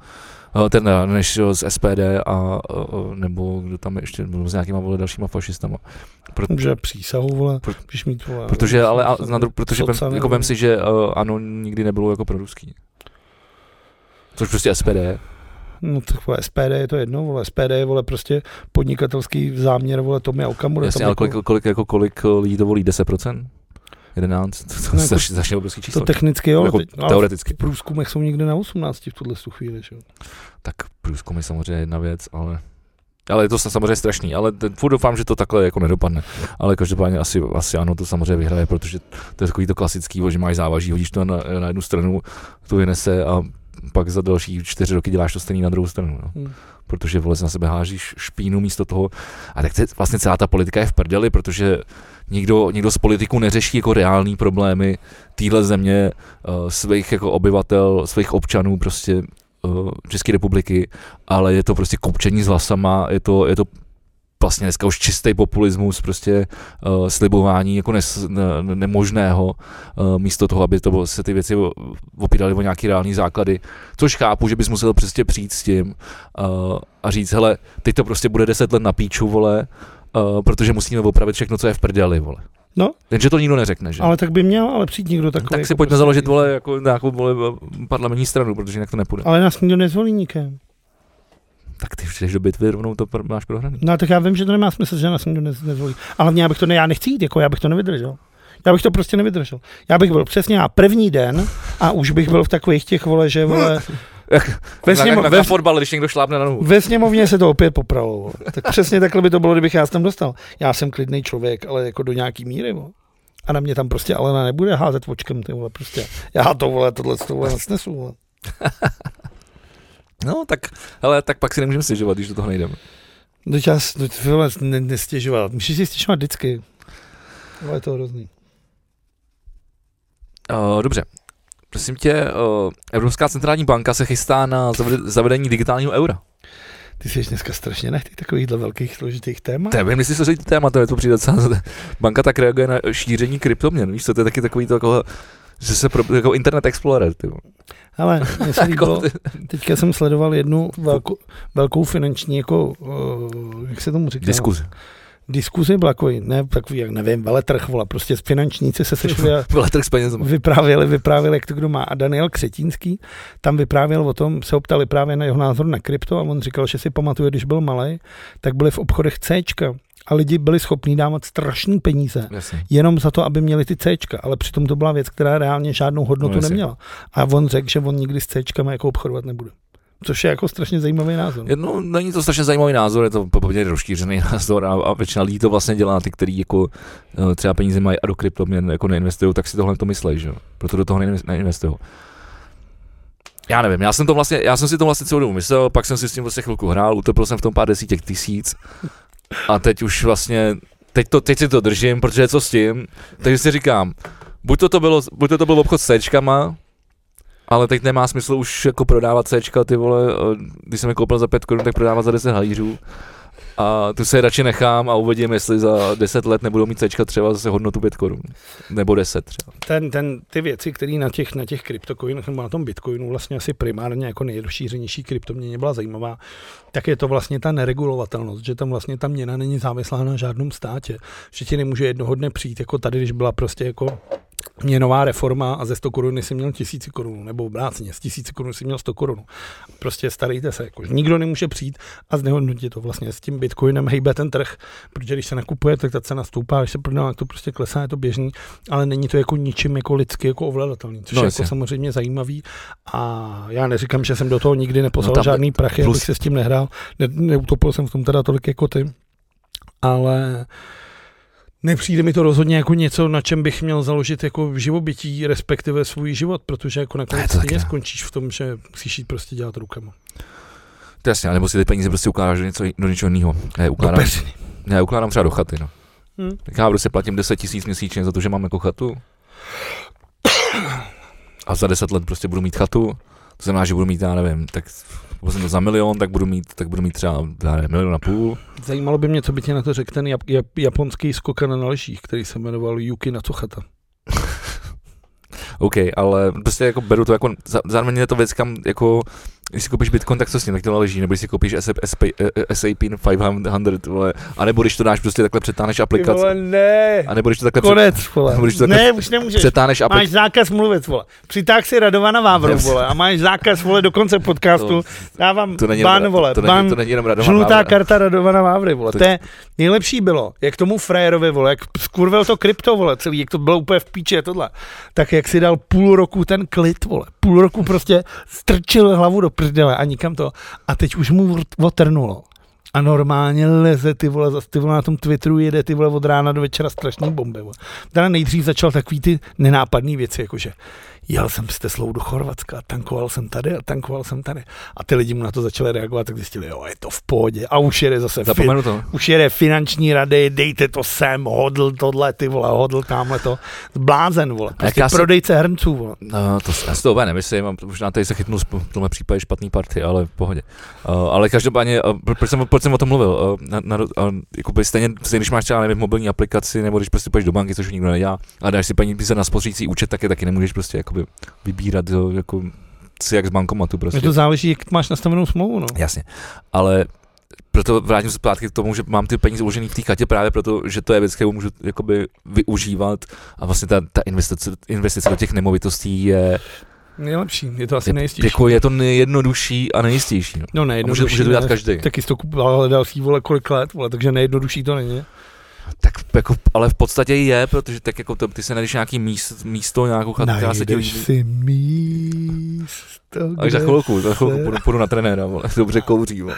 eh, ten, eh, než eh, z SPD a eh, eh, nebo kdo tam je ještě byl s nějakýma vole, dalšíma fašistama. Proto, Že přísahu, vole, Pro- budeš mít, vole, protože ale a, na dru, protože vem, socany, jako vole. vem si, že eh, ano nikdy nebylo jako pro ruský. Což prostě SPD je. No tak vole, SPD je to jedno, vole, SPD je, vole, prostě podnikatelský záměr, vole, Tomi Okamura. Jasně, tam ale jako- kolik, kolik, jako kolik lidí to volí? 10%? 11? To, to No no, jako- strašně, strašně obrovský To číslo. technicky, jo, ale jako teď- no. ale v teoreticky. v průzkumech jsou někde na 18 v tuhle tu chvíli, že? jo. Tak průzkum je samozřejmě jedna věc, ale... Ale je to sa- samozřejmě strašný, ale ten, furt doufám, že to takhle jako nedopadne. Ale každopádně asi, asi ano, to samozřejmě vyhraje, protože to je takový to klasický, že máš závaží, hodíš to na, na jednu stranu, to vynese a pak za další čtyři roky děláš to stejný na druhou stranu. No. Hmm. Protože vole na sebe hážíš špínu místo toho. A tak to je- vlastně celá ta politika je v prdeli, protože nikdo, nikdo z politiků neřeší jako reální problémy téhle země, uh, svých jako obyvatel, svých občanů prostě uh, České republiky, ale je to prostě kopčení s hlasama, je to, je to vlastně dneska už čistý populismus, prostě uh, slibování jako nes, ne, nemožného, uh, místo toho, aby to bylo, se ty věci o- opíraly o nějaký reální základy, což chápu, že bys musel prostě přijít s tím uh, a říct, hele, teď to prostě bude 10 let na píču, vole, uh, protože musíme opravit všechno, co je v prdeli, vole. No. Jenže to nikdo neřekne, že? Ale tak by měl ale přijít někdo takový. tak si jako pojďme prostě- založit, vole, jako nějakou, vole, parlamentní stranu, protože jinak to nepůjde. Ale nás nikdo nezvolí nikem. Tak ty přijdeš do bitvy, rovnou to pr- máš prohraný. No tak já vím, že to nemá smysl, že nás nikdo nez, nezvolí. Ale mě, já bych to ne, já nechci jít, jako já bych to nevydržel. Já bych to prostě nevydržel. Já bych byl přesně na první den a už bych byl v takových těch vole, že vole, ve, na, sněmo, na, ve, na fotbal, když někdo šlápne na nohu. ve sněmovně se to opět popralo. Vole. Tak přesně takhle by to bylo, kdybych já se tam dostal. Já jsem klidný člověk, ale jako do nějaký míry. Vole. A na mě tam prostě Alena nebude házet očkem, ty vole, prostě. Já to vole, tohle, to vole, nesnesu, vole. No, tak, hele, tak pak si nemůžeme stěžovat, když do toho nejdeme. No já s- no, ty vole, ne, nestěžoval. Můžeš si stěžovat vždycky. Ale je to hrozný. Uh, dobře. Prosím tě, uh, Evropská centrální banka se chystá na zaved- zavedení digitálního eura. Ty jsi dneska strašně ne, ty takovýchhle velkých složitých témat. To je, nevím, jestli se říct téma, to je to přijde docela. Banka tak reaguje na šíření kryptoměn, víš co, to je taky takový to jako, že se pro, jako Internet Explorer, ty. vole. Ale mně se líbilo, Jako, ty- teďka jsem sledoval jednu velkou, velkou finanční, jako, uh, jak se tomu říká? Diskuze. Diskuzi byla jako, ne, takový, jak nevím, veletrh, vole, prostě s finančníci se sešli a Vole, trh s penězma. vyprávěli, vyprávěli, jak to kdo má. A Daniel Křetínský tam vyprávěl o tom, se optali právě na jeho názor na krypto a on říkal, že si pamatuje, když byl malý, tak byly v obchodech C a lidi byli schopní dávat strašný peníze Jasně. jenom za to, aby měli ty C, ale přitom to byla věc, která reálně žádnou No, hodnotu jasně. neměla. A on řekl, že on nikdy s C jako obchodovat nebude. Což je jako strašně zajímavý názor. Je- No, není to strašně zajímavý názor, je to po- poměrně rozšířený názor a, a většina lidí to vlastně dělá, ty, který jako eh, třeba peníze mají a do kryptoměn jako neinvestují, tak si tohle to myslej, že jo? Proto do toho neinves- neinvestují. Já nevím, já jsem, to vlastně, já jsem si to vlastně celou dobu myslel, pak jsem si s tím vlastně chvilku hrál, utopil jsem v tom pár desítek tisíc a teď už vlastně, teď, to, teď si to držím, protože co s tím, takže si říkám, buď to, to, bylo, buď to, to byl obchod s Cčkama, ale teď nemá smysl už jako prodávat Cčka, ty vole, eh, když jsem je koupil za 5 korun, tak prodávat za 10 halířů. A tu se je radši nechám a uvidím, jestli za 10 let nebudou mít Cčka třeba zase hodnotu 5 korun. Nebo 10 třeba. ten, ten, ty věci, které na těch, na těch kryptokoinech nebo na tom bitcoinu vlastně asi primárně jako nejrozšířenější kryptoměně byla zajímavá, tak je to vlastně ta neregulovatelnost, že tam vlastně ta měna není závislá na žádném státě, že ti nemůže jednoho dne přijít, jako tady, když byla prostě jako měnová reforma a ze 100 koruny si měl 1000 korun, nebo obráceně, z 1000 korun si měl 100 korun. Prostě starejte se, jako, nikdo nemůže přijít a znehodnotit to vlastně s tím bitcoinem hejbe ten trh, protože když se nakupuje, tak ta cena stoupá, když se prodává, tak to prostě klesá, je to běžný, ale není to jako ničím jako lidsky jako ovladatelný, což No, no, je jasně. jako samozřejmě zajímavý a já neříkám, že jsem do toho nikdy neposlal No, no, tam- žádný prachy, plus- abych se s tím nehrál, ne, neutopil jsem v tom teda tolik jako ty, ale nepřijde mi to rozhodně jako něco, na čem bych měl založit jako živobytí, respektive svůj život, protože jako Ne, nakonec to taky stejně ne. skončíš v tom, že musíš jít prostě dělat rukama. To jasně, nebo si ty peníze prostě ukládáš do, něco, do něčeho jiného. Ne, ukládám, peřiny. ne, ukládám třeba do chaty, no. Hm. Tak já prostě platím 10 tisíc měsíčně za to, že mám jako chatu. A za 10 let prostě budu mít chatu. To znamená, že budu mít, já nevím, tak byl jsem to za milion, tak budu mít, tak budu mít třeba já nevím, milion a půl. Zajímalo by mě, co by ti na to řekl ten jap- jap- japonský skokan na lyžích, který se jmenoval Yuki Natsuhata. OK, ale prostě jako beru to jako, za- zároveň je to věc, kam jako, když si koupíš Bitcoin, tak co s ním, tak to leží, nebo když si koupíš SAP, SAP 500, vole, anebo když to dáš prostě takhle přetáhneš aplikaci, ne, a nebo když to takhle před- konec, vole. Budeš to takhle Ne, už nemůžeš. přetáhneš aplikaci, Máš zákaz mluvit, vole. Přitáh si Radovana Vávru, Ne, vole, a máš zákaz, vole, do konce podcastu. Dávám to není ban, jenom- vole, to, ban, není, to není jenom Radovan Žlutá Vávra. karta Radovana Vávry, vole. To- To je nejlepší bylo, jak tomu frajerovi, vole, jak skurvel to krypto, vole, celý, jak to bylo úplně v píči a tohle. Tak jak si dal půl roku ten klid, vole, půl roku prostě strčil hlavu do prdele a nikam to. A teď už mu vrt- otrnulo. A normálně leze ty vole, zas ty vole na tom Twitteru jede ty vole od rána do večera strašný bomby. Vole. Teda nejdřív začal takový ty nenápadný věci, jakože jel jsem s Teslou do Chorvatska, tankoval jsem tady a tankoval jsem tady. A ty lidi mu na to začali reagovat, tak zjistili, jo, je to v pohodě. A už jede zase fin, Zapomenu to. už jede finanční rady, dejte to sem, hodl tohle, ty vole, hodl tamhle to. Blázen, vole, prostě já si- prodejce hrnců, vole. No, to s- já si to úplně nemyslím, a možná tady se chytnu sp- v tomhle případě špatný party, ale v pohodě. Uh, ale každopádně, uh, pro- proč, jsem, proč jsem o tom mluvil? Uh, na, na, uh, jakoby stejně, stejně, když máš třeba nevím, mobilní aplikaci, nebo když prostě půjdeš do banky, což nikdo nedělá, a dáš si peníze na spořící účet, tak je taky nemůžeš prostě jakoby vybírat jo, jako, si jak z bankomatu prostě. Prostě. To záleží, jak máš nastavenou smlouvu, no. Jasně, ale proto vrátím se zpátky k tomu, že mám ty peníze uložený v té katě právě proto, že to je věc, kterou můžu jakoby využívat a vlastně ta, ta investice, investice do těch nemovitostí je, Nejlepší, je to asi je, nejistější. jako je to nejjednodušší a nejistější. No. No A může, nejjednodušší. může to dělat no. ne. každý. Tak, Taky jsi to kupoval ale další vole kolik let, vole, takže nejjednodušší to není. tak jako, ale v podstatě je, protože tak jako to, ty se najdeš nějaký míst, místo, nějakou chatu, která se Najdeš dělí. si místo, Až za kde- chvilku, za chvilku se- půjdu, půjdu na trenéra, vole, dobře kouří, vole.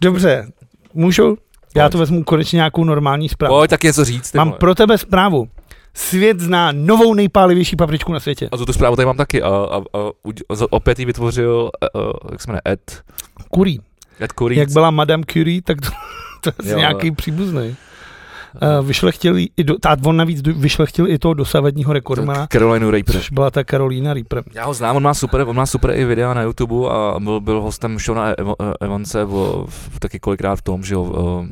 Dobře, můžu? Já Pojď. to vezmu konečně nějakou normální zprávu. Pojď, tak něco říct, ty Mám vole. pro tebe zprávu. Svět zná novou nejpálivější papričku na světě. A tu zprávu tady mám taky a, a, a, udě- a opět ji vytvořil, a, a, jak se jmenuje, Ed, Curie. Ed Curry. Jak byla Madame Curie, tak to, to je asi Jo, nějaký Eh, příbuzný. Uh, vyšlechtil jí i do, tá, on navíc do- vyšlechtil i toho dosavadního rekordmana, Carolinu Reaper. což byla ta Karolína Reaper. Já ho znám, on má super, on má super i videa na YouTube a byl, byl hostem Shona Evo- Evanse v, v, taky kolikrát v tom, že jo, v,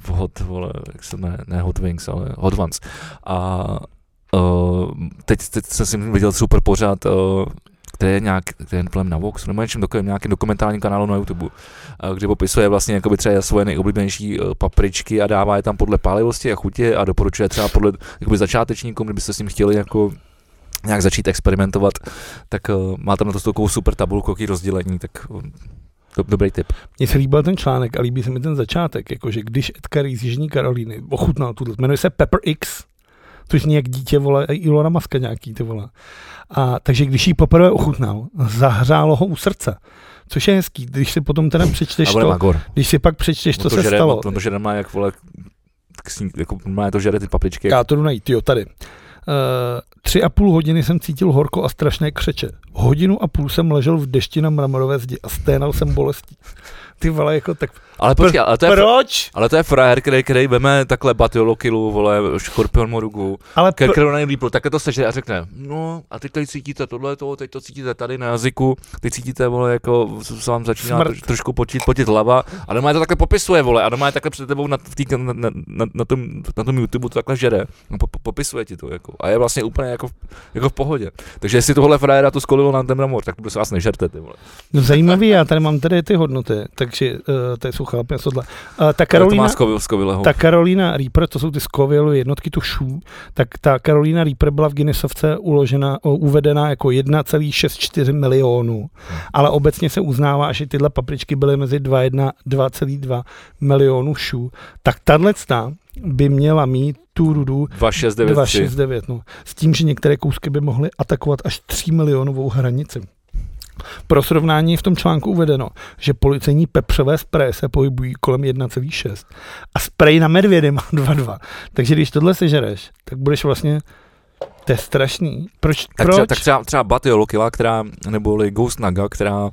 v Hot, vole, jak se jmenuje, ne Hot Wings, ale Hot Ones. A uh, teď, teď jsem si viděl super pořád, uh, který je nějak, který je kolem na Vox, nebo něčem takovém, nějakém dokumentárním kanálu na YouTube, eh, kde popisuje vlastně jakoby třeba svoje nejoblíbenější eh, papričky a dává je tam podle pálivosti a chutě a doporučuje třeba podle jakoby začátečníkům, kdybyste s ním chtěli jako nějak začít experimentovat, tak uh, má tam na to takovou super tabulku, jaký rozdělení, tak eh, do, dobrý tip. Mně se líbil ten článek a líbí se mi ten začátek, jakože když Ed Curry z Jižní Karolíny ochutnal tuhle, jmenuje se Pepper X, což nějak dítě vole, Ilona Maska nějaký ty vole. A, takže když ji poprvé ochutnal, zahřálo ho u srdce. Což je hezký, když si potom teda a přečteš bude to, Magor. když si pak přečteš, On co se žere, stalo. On to žere má jak vole, k sní, jako má to žere ty papričky. Já to jdu najít, jo, tady. Uh, tři a půl hodiny jsem cítil horko a strašné křeče. Hodinu a půl jsem ležel v dešti na mramorové zdi a sténal jsem bolestí. Ty vole, jako tak... ale počkej, ale to je, Proč? ale to je frajer, který, který veme takhle batiolokilu, vole, škorpion morugu, Ale pr- Kerkeru nejlíp, takhle to sežere a řekne, no a teď tady cítíte tohle, toho, teď to cítíte tady na jazyku, teď cítíte, vole, jako se vám začíná Smrt. troš, trošku potit, potit hlava a doma je to takhle popisuje, vole, a doma je takhle před tebou na, v tý, na, na, na, na, tom, na tom YouTube to takhle žere, no, po, po, popisuje ti to, jako, a je vlastně úplně jako, v- jako v pohodě. Takže jestli tohle frajera to skolilo na ten mramor, tak prosím vás nežerte, ty vole. No zajímavý, já tady mám tady ty hodnoty. Tak takže uh, to jsou chlapy a tohle. Uh, Karolína, to ta Karolina, má skovi, skovilého. ta Karolina Reaper, to jsou ty skovělé jednotky, to šů, tak ta Karolina Reaper byla v Guinnessovce uložena, o, uvedena jako 1,64 milionů, ale obecně se uznává, že tyhle papričky byly mezi 2,1 2,2 milionů šů. Tak tahle by měla mít tu rudu 2693. 269, no. S tím, že některé kousky by mohly atakovat až 3 milionovou hranici. Pro srovnání je v tom článku uvedeno, že policejní pepřové spreje se pohybují kolem 1,6 a sprej na medvědy má 2,2. Takže když tohle sežereš, tak budeš vlastně to je strašný. Proč? Tak proč? třeba, tak třeba, třeba Batio Lokila, která, neboli Ghost Naga, která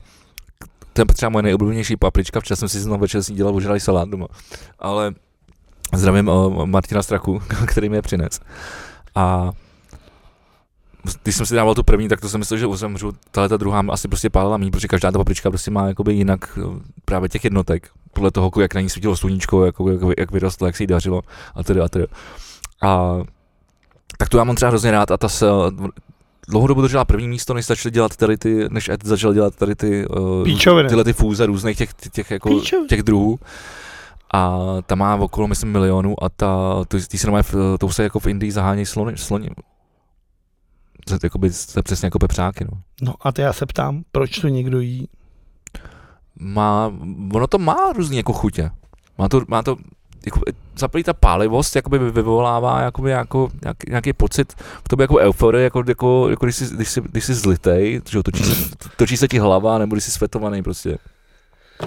to je třeba moje nejoblíbenější paprička, včas jsem si znovu večer si dělal ožralý salát doma. Ale zdravím uh, Martina Strachu, který mi je přines. A když jsem si dával tu první, tak to jsem myslel, že uzemřu. Tahle ta druhá mi asi prostě pálila méně, protože každá ta paprička prostě má jakoby jinak eh, právě těch jednotek. Podle toho, jako jak na ní svítilo sluníčko, jako, jak, jak, jak vyrostla, jak se jí dařilo a tedy a tedy. A tak tu já mám třeba hrozně rád a ta se dlouhodobu držela první místo, než začaly dělat tady ty, než Ed začal dělat tady ty, uh, Píčoviny. tyhle ty fůze různých těch, těch, těch jako, Píčoviny. těch druhů. A ta má okolo, myslím, milionů a ta, ty, ty se normálně, v- tou se jako v Indii zahánějí slony, sloni. To je jakoby, to je přesně jako pepřáky, no. No a to já se ptám, proč to někdo jí? Má, ono to má různý jako chutě. Má to, má to jako, zaplý ta pálivost jakoby vy- vyvolává jakoby jako, nějak, nějaký pocit v tobě jako euforie, jako, jako, jako když, jsi, když, jsi, když jsi zlitej, že jo, točí, se, točí se ti hlava, nebo když jsi svetovaný prostě.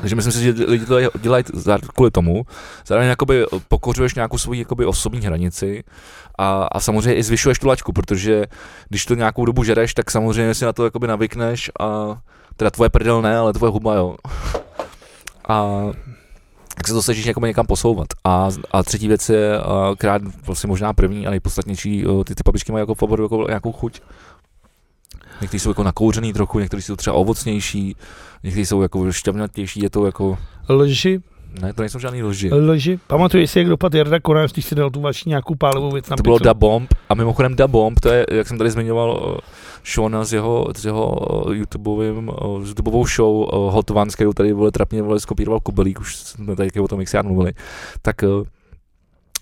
Takže myslím si, že lidi to dělají za- kvůli tomu. Zároveň jakoby pokořuješ nějakou svoji jakoby osobní hranici a, a samozřejmě i zvyšuješ tu laťku, protože když to nějakou dobu žereš, tak samozřejmě si na to jakoby navykneš a teda tvoje prdel ne, ale tvoje huba jo. A tak se to snažíš jako někam posouvat. A, a třetí věc je, a krát vlastně možná první a nejpodstatnější, o, ty, ty papičky mají jako favoru jako nějakou chuť. Někteří jsou jako nakouřený trochu, někteří jsou třeba ovocnější, někteří jsou jako šťavnatější, je to jako, Lži, ne, to nejsou žádný lži. lži. Pamatuješ si, jak dopadl Jarda Konář, když si dal tu vaši nějakou pálivou věc na To bylo pizzu? Da Bomb a mimochodem Da Bomb, to je, jak jsem tady zmiňoval, eh, Shona z jeho, z jeho eh, YouTubeovým, eh, s YouTubeovou show eh, Hot Ones, kterou tady vole trapně vole skopíroval Kubelík, už jsme tady o tom XR mluvili, tak, eh,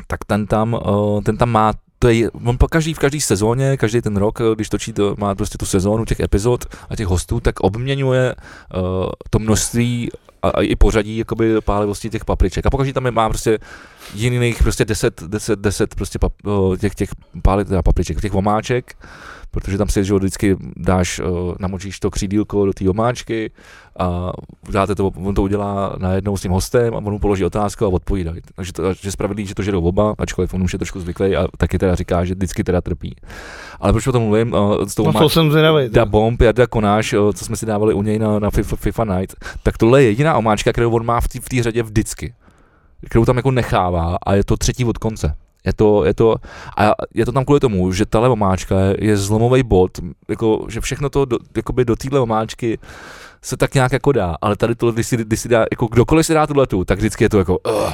tak ten tam, eh, ten tam má to je, on po každý, v každé sezóně, každý ten rok, eh, když točí, to, má prostě tu sezónu těch epizod a těch hostů, tak obměňuje uh, to množství a, a, i pořadí jakoby pálivosti těch papriček. A pokaždé tam je, má prostě jiných prostě 10, 10, 10 prostě pap, o, těch, těch páli, teda papriček, těch omáček, protože tam si že jo, vždycky dáš, o, namočíš to křídílko do té omáčky a dáte to, on to udělá najednou s tím hostem a on mu položí otázku a odpovídá. Takže to, že spravedlí, že to žerou oba, ačkoliv on už je trošku zvyklý a taky teda říká, že vždycky teda trpí. Ale proč o tom mluvím? O, s tou No omáčkou- to jsem zvědavý. Da Bomb, Jarda Konáš, o, eh, co jsme si dávali u něj na, na FIFA, FIFA Night, tak tohle je jediná omáčka, kterou on má v té v té řadě vždycky. Kterou tam jako nechává a je to třetí od konce. Je to, je to, a je to tam kvůli tomu, že tahle omáčka je, je zlomový bod, jako, že všechno to do, jakoby do téhle omáčky se tak nějak jako dá, ale tady tohle, když si, když si dá, jako kdokoliv si dá tuhle tu, tak vždycky je to jako, uh,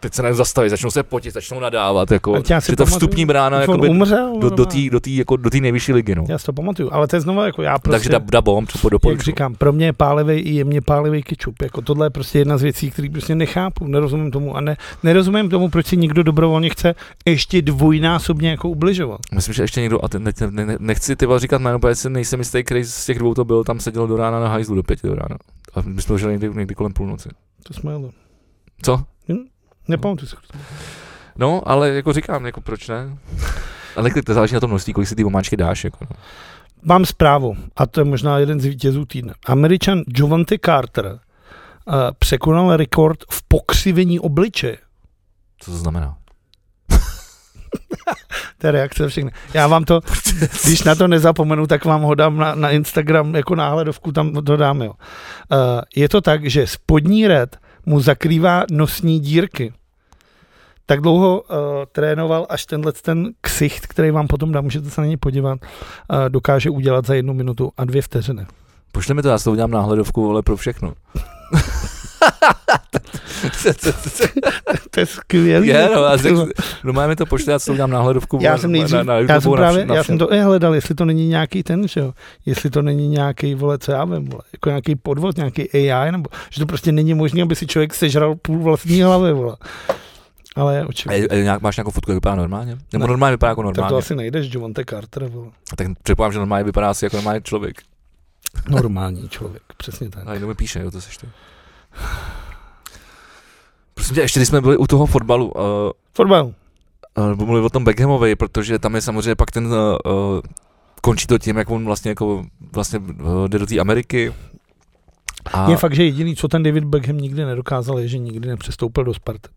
teď se nezastaví, začnou se potit, začnou nadávat, jako, Ale já si že ta pamatuju, vstupní brána, Jak on jakoby, umřel, do, do normálně. té do tý, jako, do tý nejvyšší ligy, no. Já si to pamatuju, ale to je znovu jako já prostě, Takže da, da bomb, to jak doporučuji. říkám, pro mě je pálivý i jemně pálivý kečup. Jako tohle je prostě jedna z věcí, které prostě nechápu, nerozumím tomu a ne, nerozumím tomu, proč si někdo dobrovolně chce ještě dvojnásobně jako ubližovat. Myslím, že ještě někdo, a ten, ne, ne, ne, nechci ty vole říkat jméno, protože si nejsem jistý, který z těch dvou to byl, tam seděl do rána na hajzlu do pěti do rána. A my jsme žili někdy, někdy kolem půlnoci. To jsme jeli. Co? Nepamatuju se. No, ale jako říkám, jako proč ne? Ale klid, to záleží na tom množství, kolik si ty omáčky dáš. Jako, no. Mám zprávu a to je možná jeden z vítězů týdne. Američan Javante Carter uh, překonal rekord v pokřivení obličeje. Co to znamená? To je reakce na všechny. Já vám to, když na to nezapomenu, tak vám ho dám na, na Instagram jako náhledovku, tam to dám, jo. Uh, je to tak, že spodní red mu zakrývá nosní dírky. Tak dlouho uh, trénoval, až tenhle ten ksicht, který vám potom dám, můžete se na něj podívat, uh, dokáže udělat za jednu minutu a dvě vteřiny. Pošli mi to, já s to udělám náhledovku, ale pro všechno. To je skvělý. Je, no, já Tyhle. řeknu, no máme to počítat, co dám na hledovku. já jsem na- nejdřív, na, na já jsem YouTube, na, právě, vš- na já všem. jsem to i hledal, jestli to není nějaký ten, že jo, jestli to není nějaký, vole, co já vím, vole, jako nějaký podvod, nějaký AI, nebo, že to prostě není možné, aby si člověk sežral půl vlastní hlavy, vole. Ale očividně. A- a nějak, máš nějakou fotku, jak vypadá normálně? Nebo Ne. normálně vypadá jako Tak to normálně? asi nejdeš, Javonte Carter, vole. Tak předpokládám, že normálně vypadá asi jako normální člověk. Normální člověk, přesně tak. A někdo mi píše, jo, to seš ty. Prosím tě, ještě když jsme byli u toho fotbalu, uh, Fotbal. Uh, Budu mluvit o tom Beckhamovi, protože tam je samozřejmě pak ten, uh, uh, končí to tím, jak on vlastně jako, vlastně uh, jde do té Ameriky. A A... Je fakt, že jediný, co ten David Beckham nikdy nedokázal, je, že nikdy nepřestoupil do Sparty.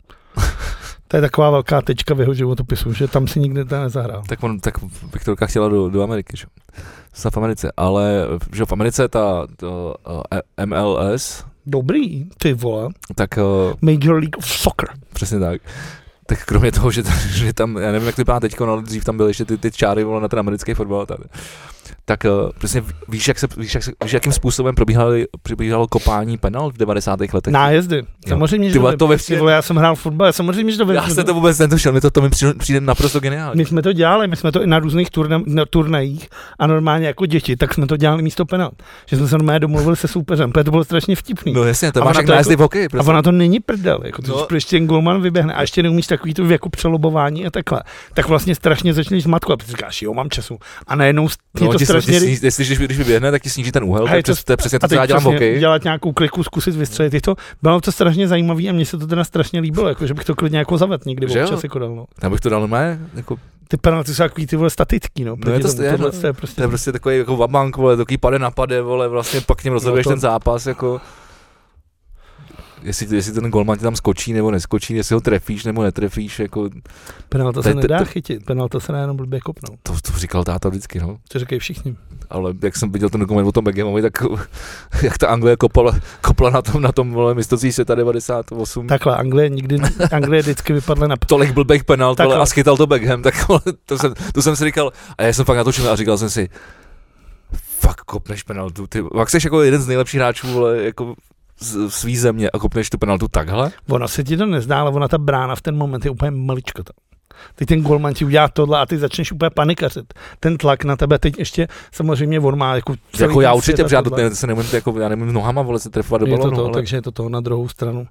to je taková velká tečka v jeho životopisu, že tam si nikdy teda nezahrál. tak, on, tak Viktorka chtěla do, do Ameriky, že? Zůstala v Americe, ale eh, že jo, v Americe ta to, uh, e- MLS, Dobrý, ty vole. tak uh, Major League of Soccer. přesně tak. Tak kromě toho, že, tam, že tam, já nevím, jak to vypadá teď, ale dřív tam byly ještě ty, ty čáry vole, na ten americký fotbal tady. Tak uh, přesně víš, jak se, víš, jak se, víš, jakým způsobem probíhaly- probíhalo kopání penal v 90. letech? Nájezdy. Samozřejmě, že Ty vole, to to ve vím. Ty vole, já jsem hrál fotbal, já samozřejmě, že to vím. Já jsem to vůbec netušil, mi to, to mi přijde, přijde naprosto geniální. My jsme to dělali, my jsme to i na různých turna, na turnajích a normálně jako děti, tak jsme to dělali místo penalt. Že jsme se normálně domluvili se soupeřem, protože to bylo strašně vtipný. No jasně, to A máš ona jak to nájezdy jako- v hokeji. A Prostě. ona to není prdel, jako to, No. no. prostě ten golman vyběhne a ještě neumíš takový to jako přelobování a takhle. Tak vlastně strašně začneš matku a ty říkáš, jo, mám času. A najednou je No, to ti, strašně... strašně... ti, sníž, jestli, když, když vyběhne, tak ti sníží ten úhel, A to je, je to- přes, to je přesně a to, co teď já dělám v přesně hokeji. dělat nějakou kliku, zkusit vystřelit. Je to, bylo to strašně zajímavé a mně se to teda strašně líbilo, jako, že bych to klidně jako zavedl někdy Že jo? občas jako dal, no. Já bych to dal normálně, jako, Ty penalty jsou takový ty vole statický, no. proti je to tomu. st- je, tohle no. to je prostě... to je prostě takový jako vabank, vole, takový pade na pade, vole, vlastně pak tím rozhoduješ to- ten zápas, jako... Jestli, jestli ten golman ti tam skočí nebo neskočí, jestli ho trefíš nebo netrefíš, jako Penalta to je- se to- nedá to- chytit, penalta se dá jenom blbě kopnout. to, to říkal táta vždycky, no. To říkají všichni. Ale jak jsem viděl ten dokument o tom Beckhamovi, tak jak ta Anglie kopala, kopla na tom, na tom, vole, mistrovství světa 98. Takhle, Anglie nikdy, Anglie vždycky vypadla na... tolik blbých penalt, Tak ale jo. a schytal to Beckham, tak vole, to jsem, to jsem si říkal, a já jsem fakt natočil a říkal jsem si, fakt kopneš penaltu, ty, jak jsi jako jeden z nejlepších hráčů, vole, jako z, svý země a kopneš tu penaltu takhle? Ono se ti to nezdá, ale ona ta brána v ten moment je úplně maličko tam. Teď ten golman ti udělá tohle a ty začneš úplně panikařit. Ten tlak na tebe teď ještě, samozřejmě on má jako... celý jako já ten určitě, svět a protože já, to, tohle. ne, se nemůžu, jako, já nemůžu nohama, vole, se trefovat do je to, balonu, to ale takže je to toho na druhou stranu.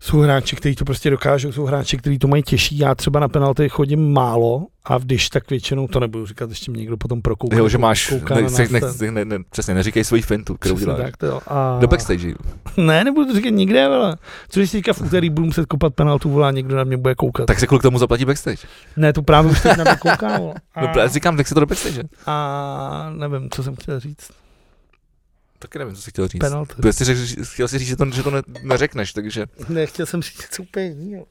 Jsou hráči, kteří to prostě dokážou, jsou hráči, kteří to mají těžší. Já třeba na penalty chodím málo a když tak většinou, to nebudu říkat, ještě mě někdo potom prokouká. jo, že máš, kouká na ne, nás se, ne, ten- ne, ne, ne, přesně, neříkej svoji fintu, kterou Přesně děláš. tak, to jo. a... Do backstage. Ne, nebudu to říkat nikde, ale co když teďka v úterý budu muset kopat penaltu, volá někdo na mě bude koukat. Tak se kvůli tomu zaplatí backstage. Ne, to právě už teď na mě kouká. vole. A, No, právě říkám, tak se to do backstage. a nevím, co jsem chtěl říct. Taky nevím, co jsi chtěl říct. Penalty. Protože jsi řekl, chtěl jsi říct, že to, že to ne, neřekneš, takže Ne, chtěl jsem říct něco úplně jiného.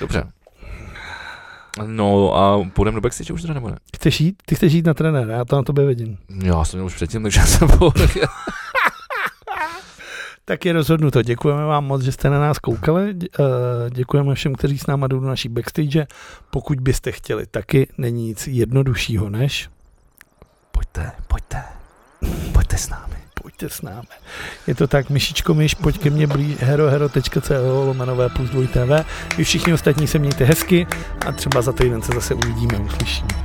Dobře. No a půjdeme do backstage už teda nebo ne? Chceš jít? Ty chceš jít na trenéra, já to na tobě vidím. Já jsem měl už předtím, takže já jsem po... Tak je rozhodnuto. Děkujeme vám moc, že jste na nás koukali. Dě- eh, Děkujeme všem, kteří s náma jdou do naší backstage. Pokud byste chtěli taky, není nic jednoduššího než Pojďte, pojďte, pojďte s námi. pojďte s námi. Je to tak, myšičko myš, pojď ke mně blíž herohero.co lomenové plus 2 TV. Vy všichni ostatní se mějte hezky a třeba za týden se zase uvidíme, uslyšíme.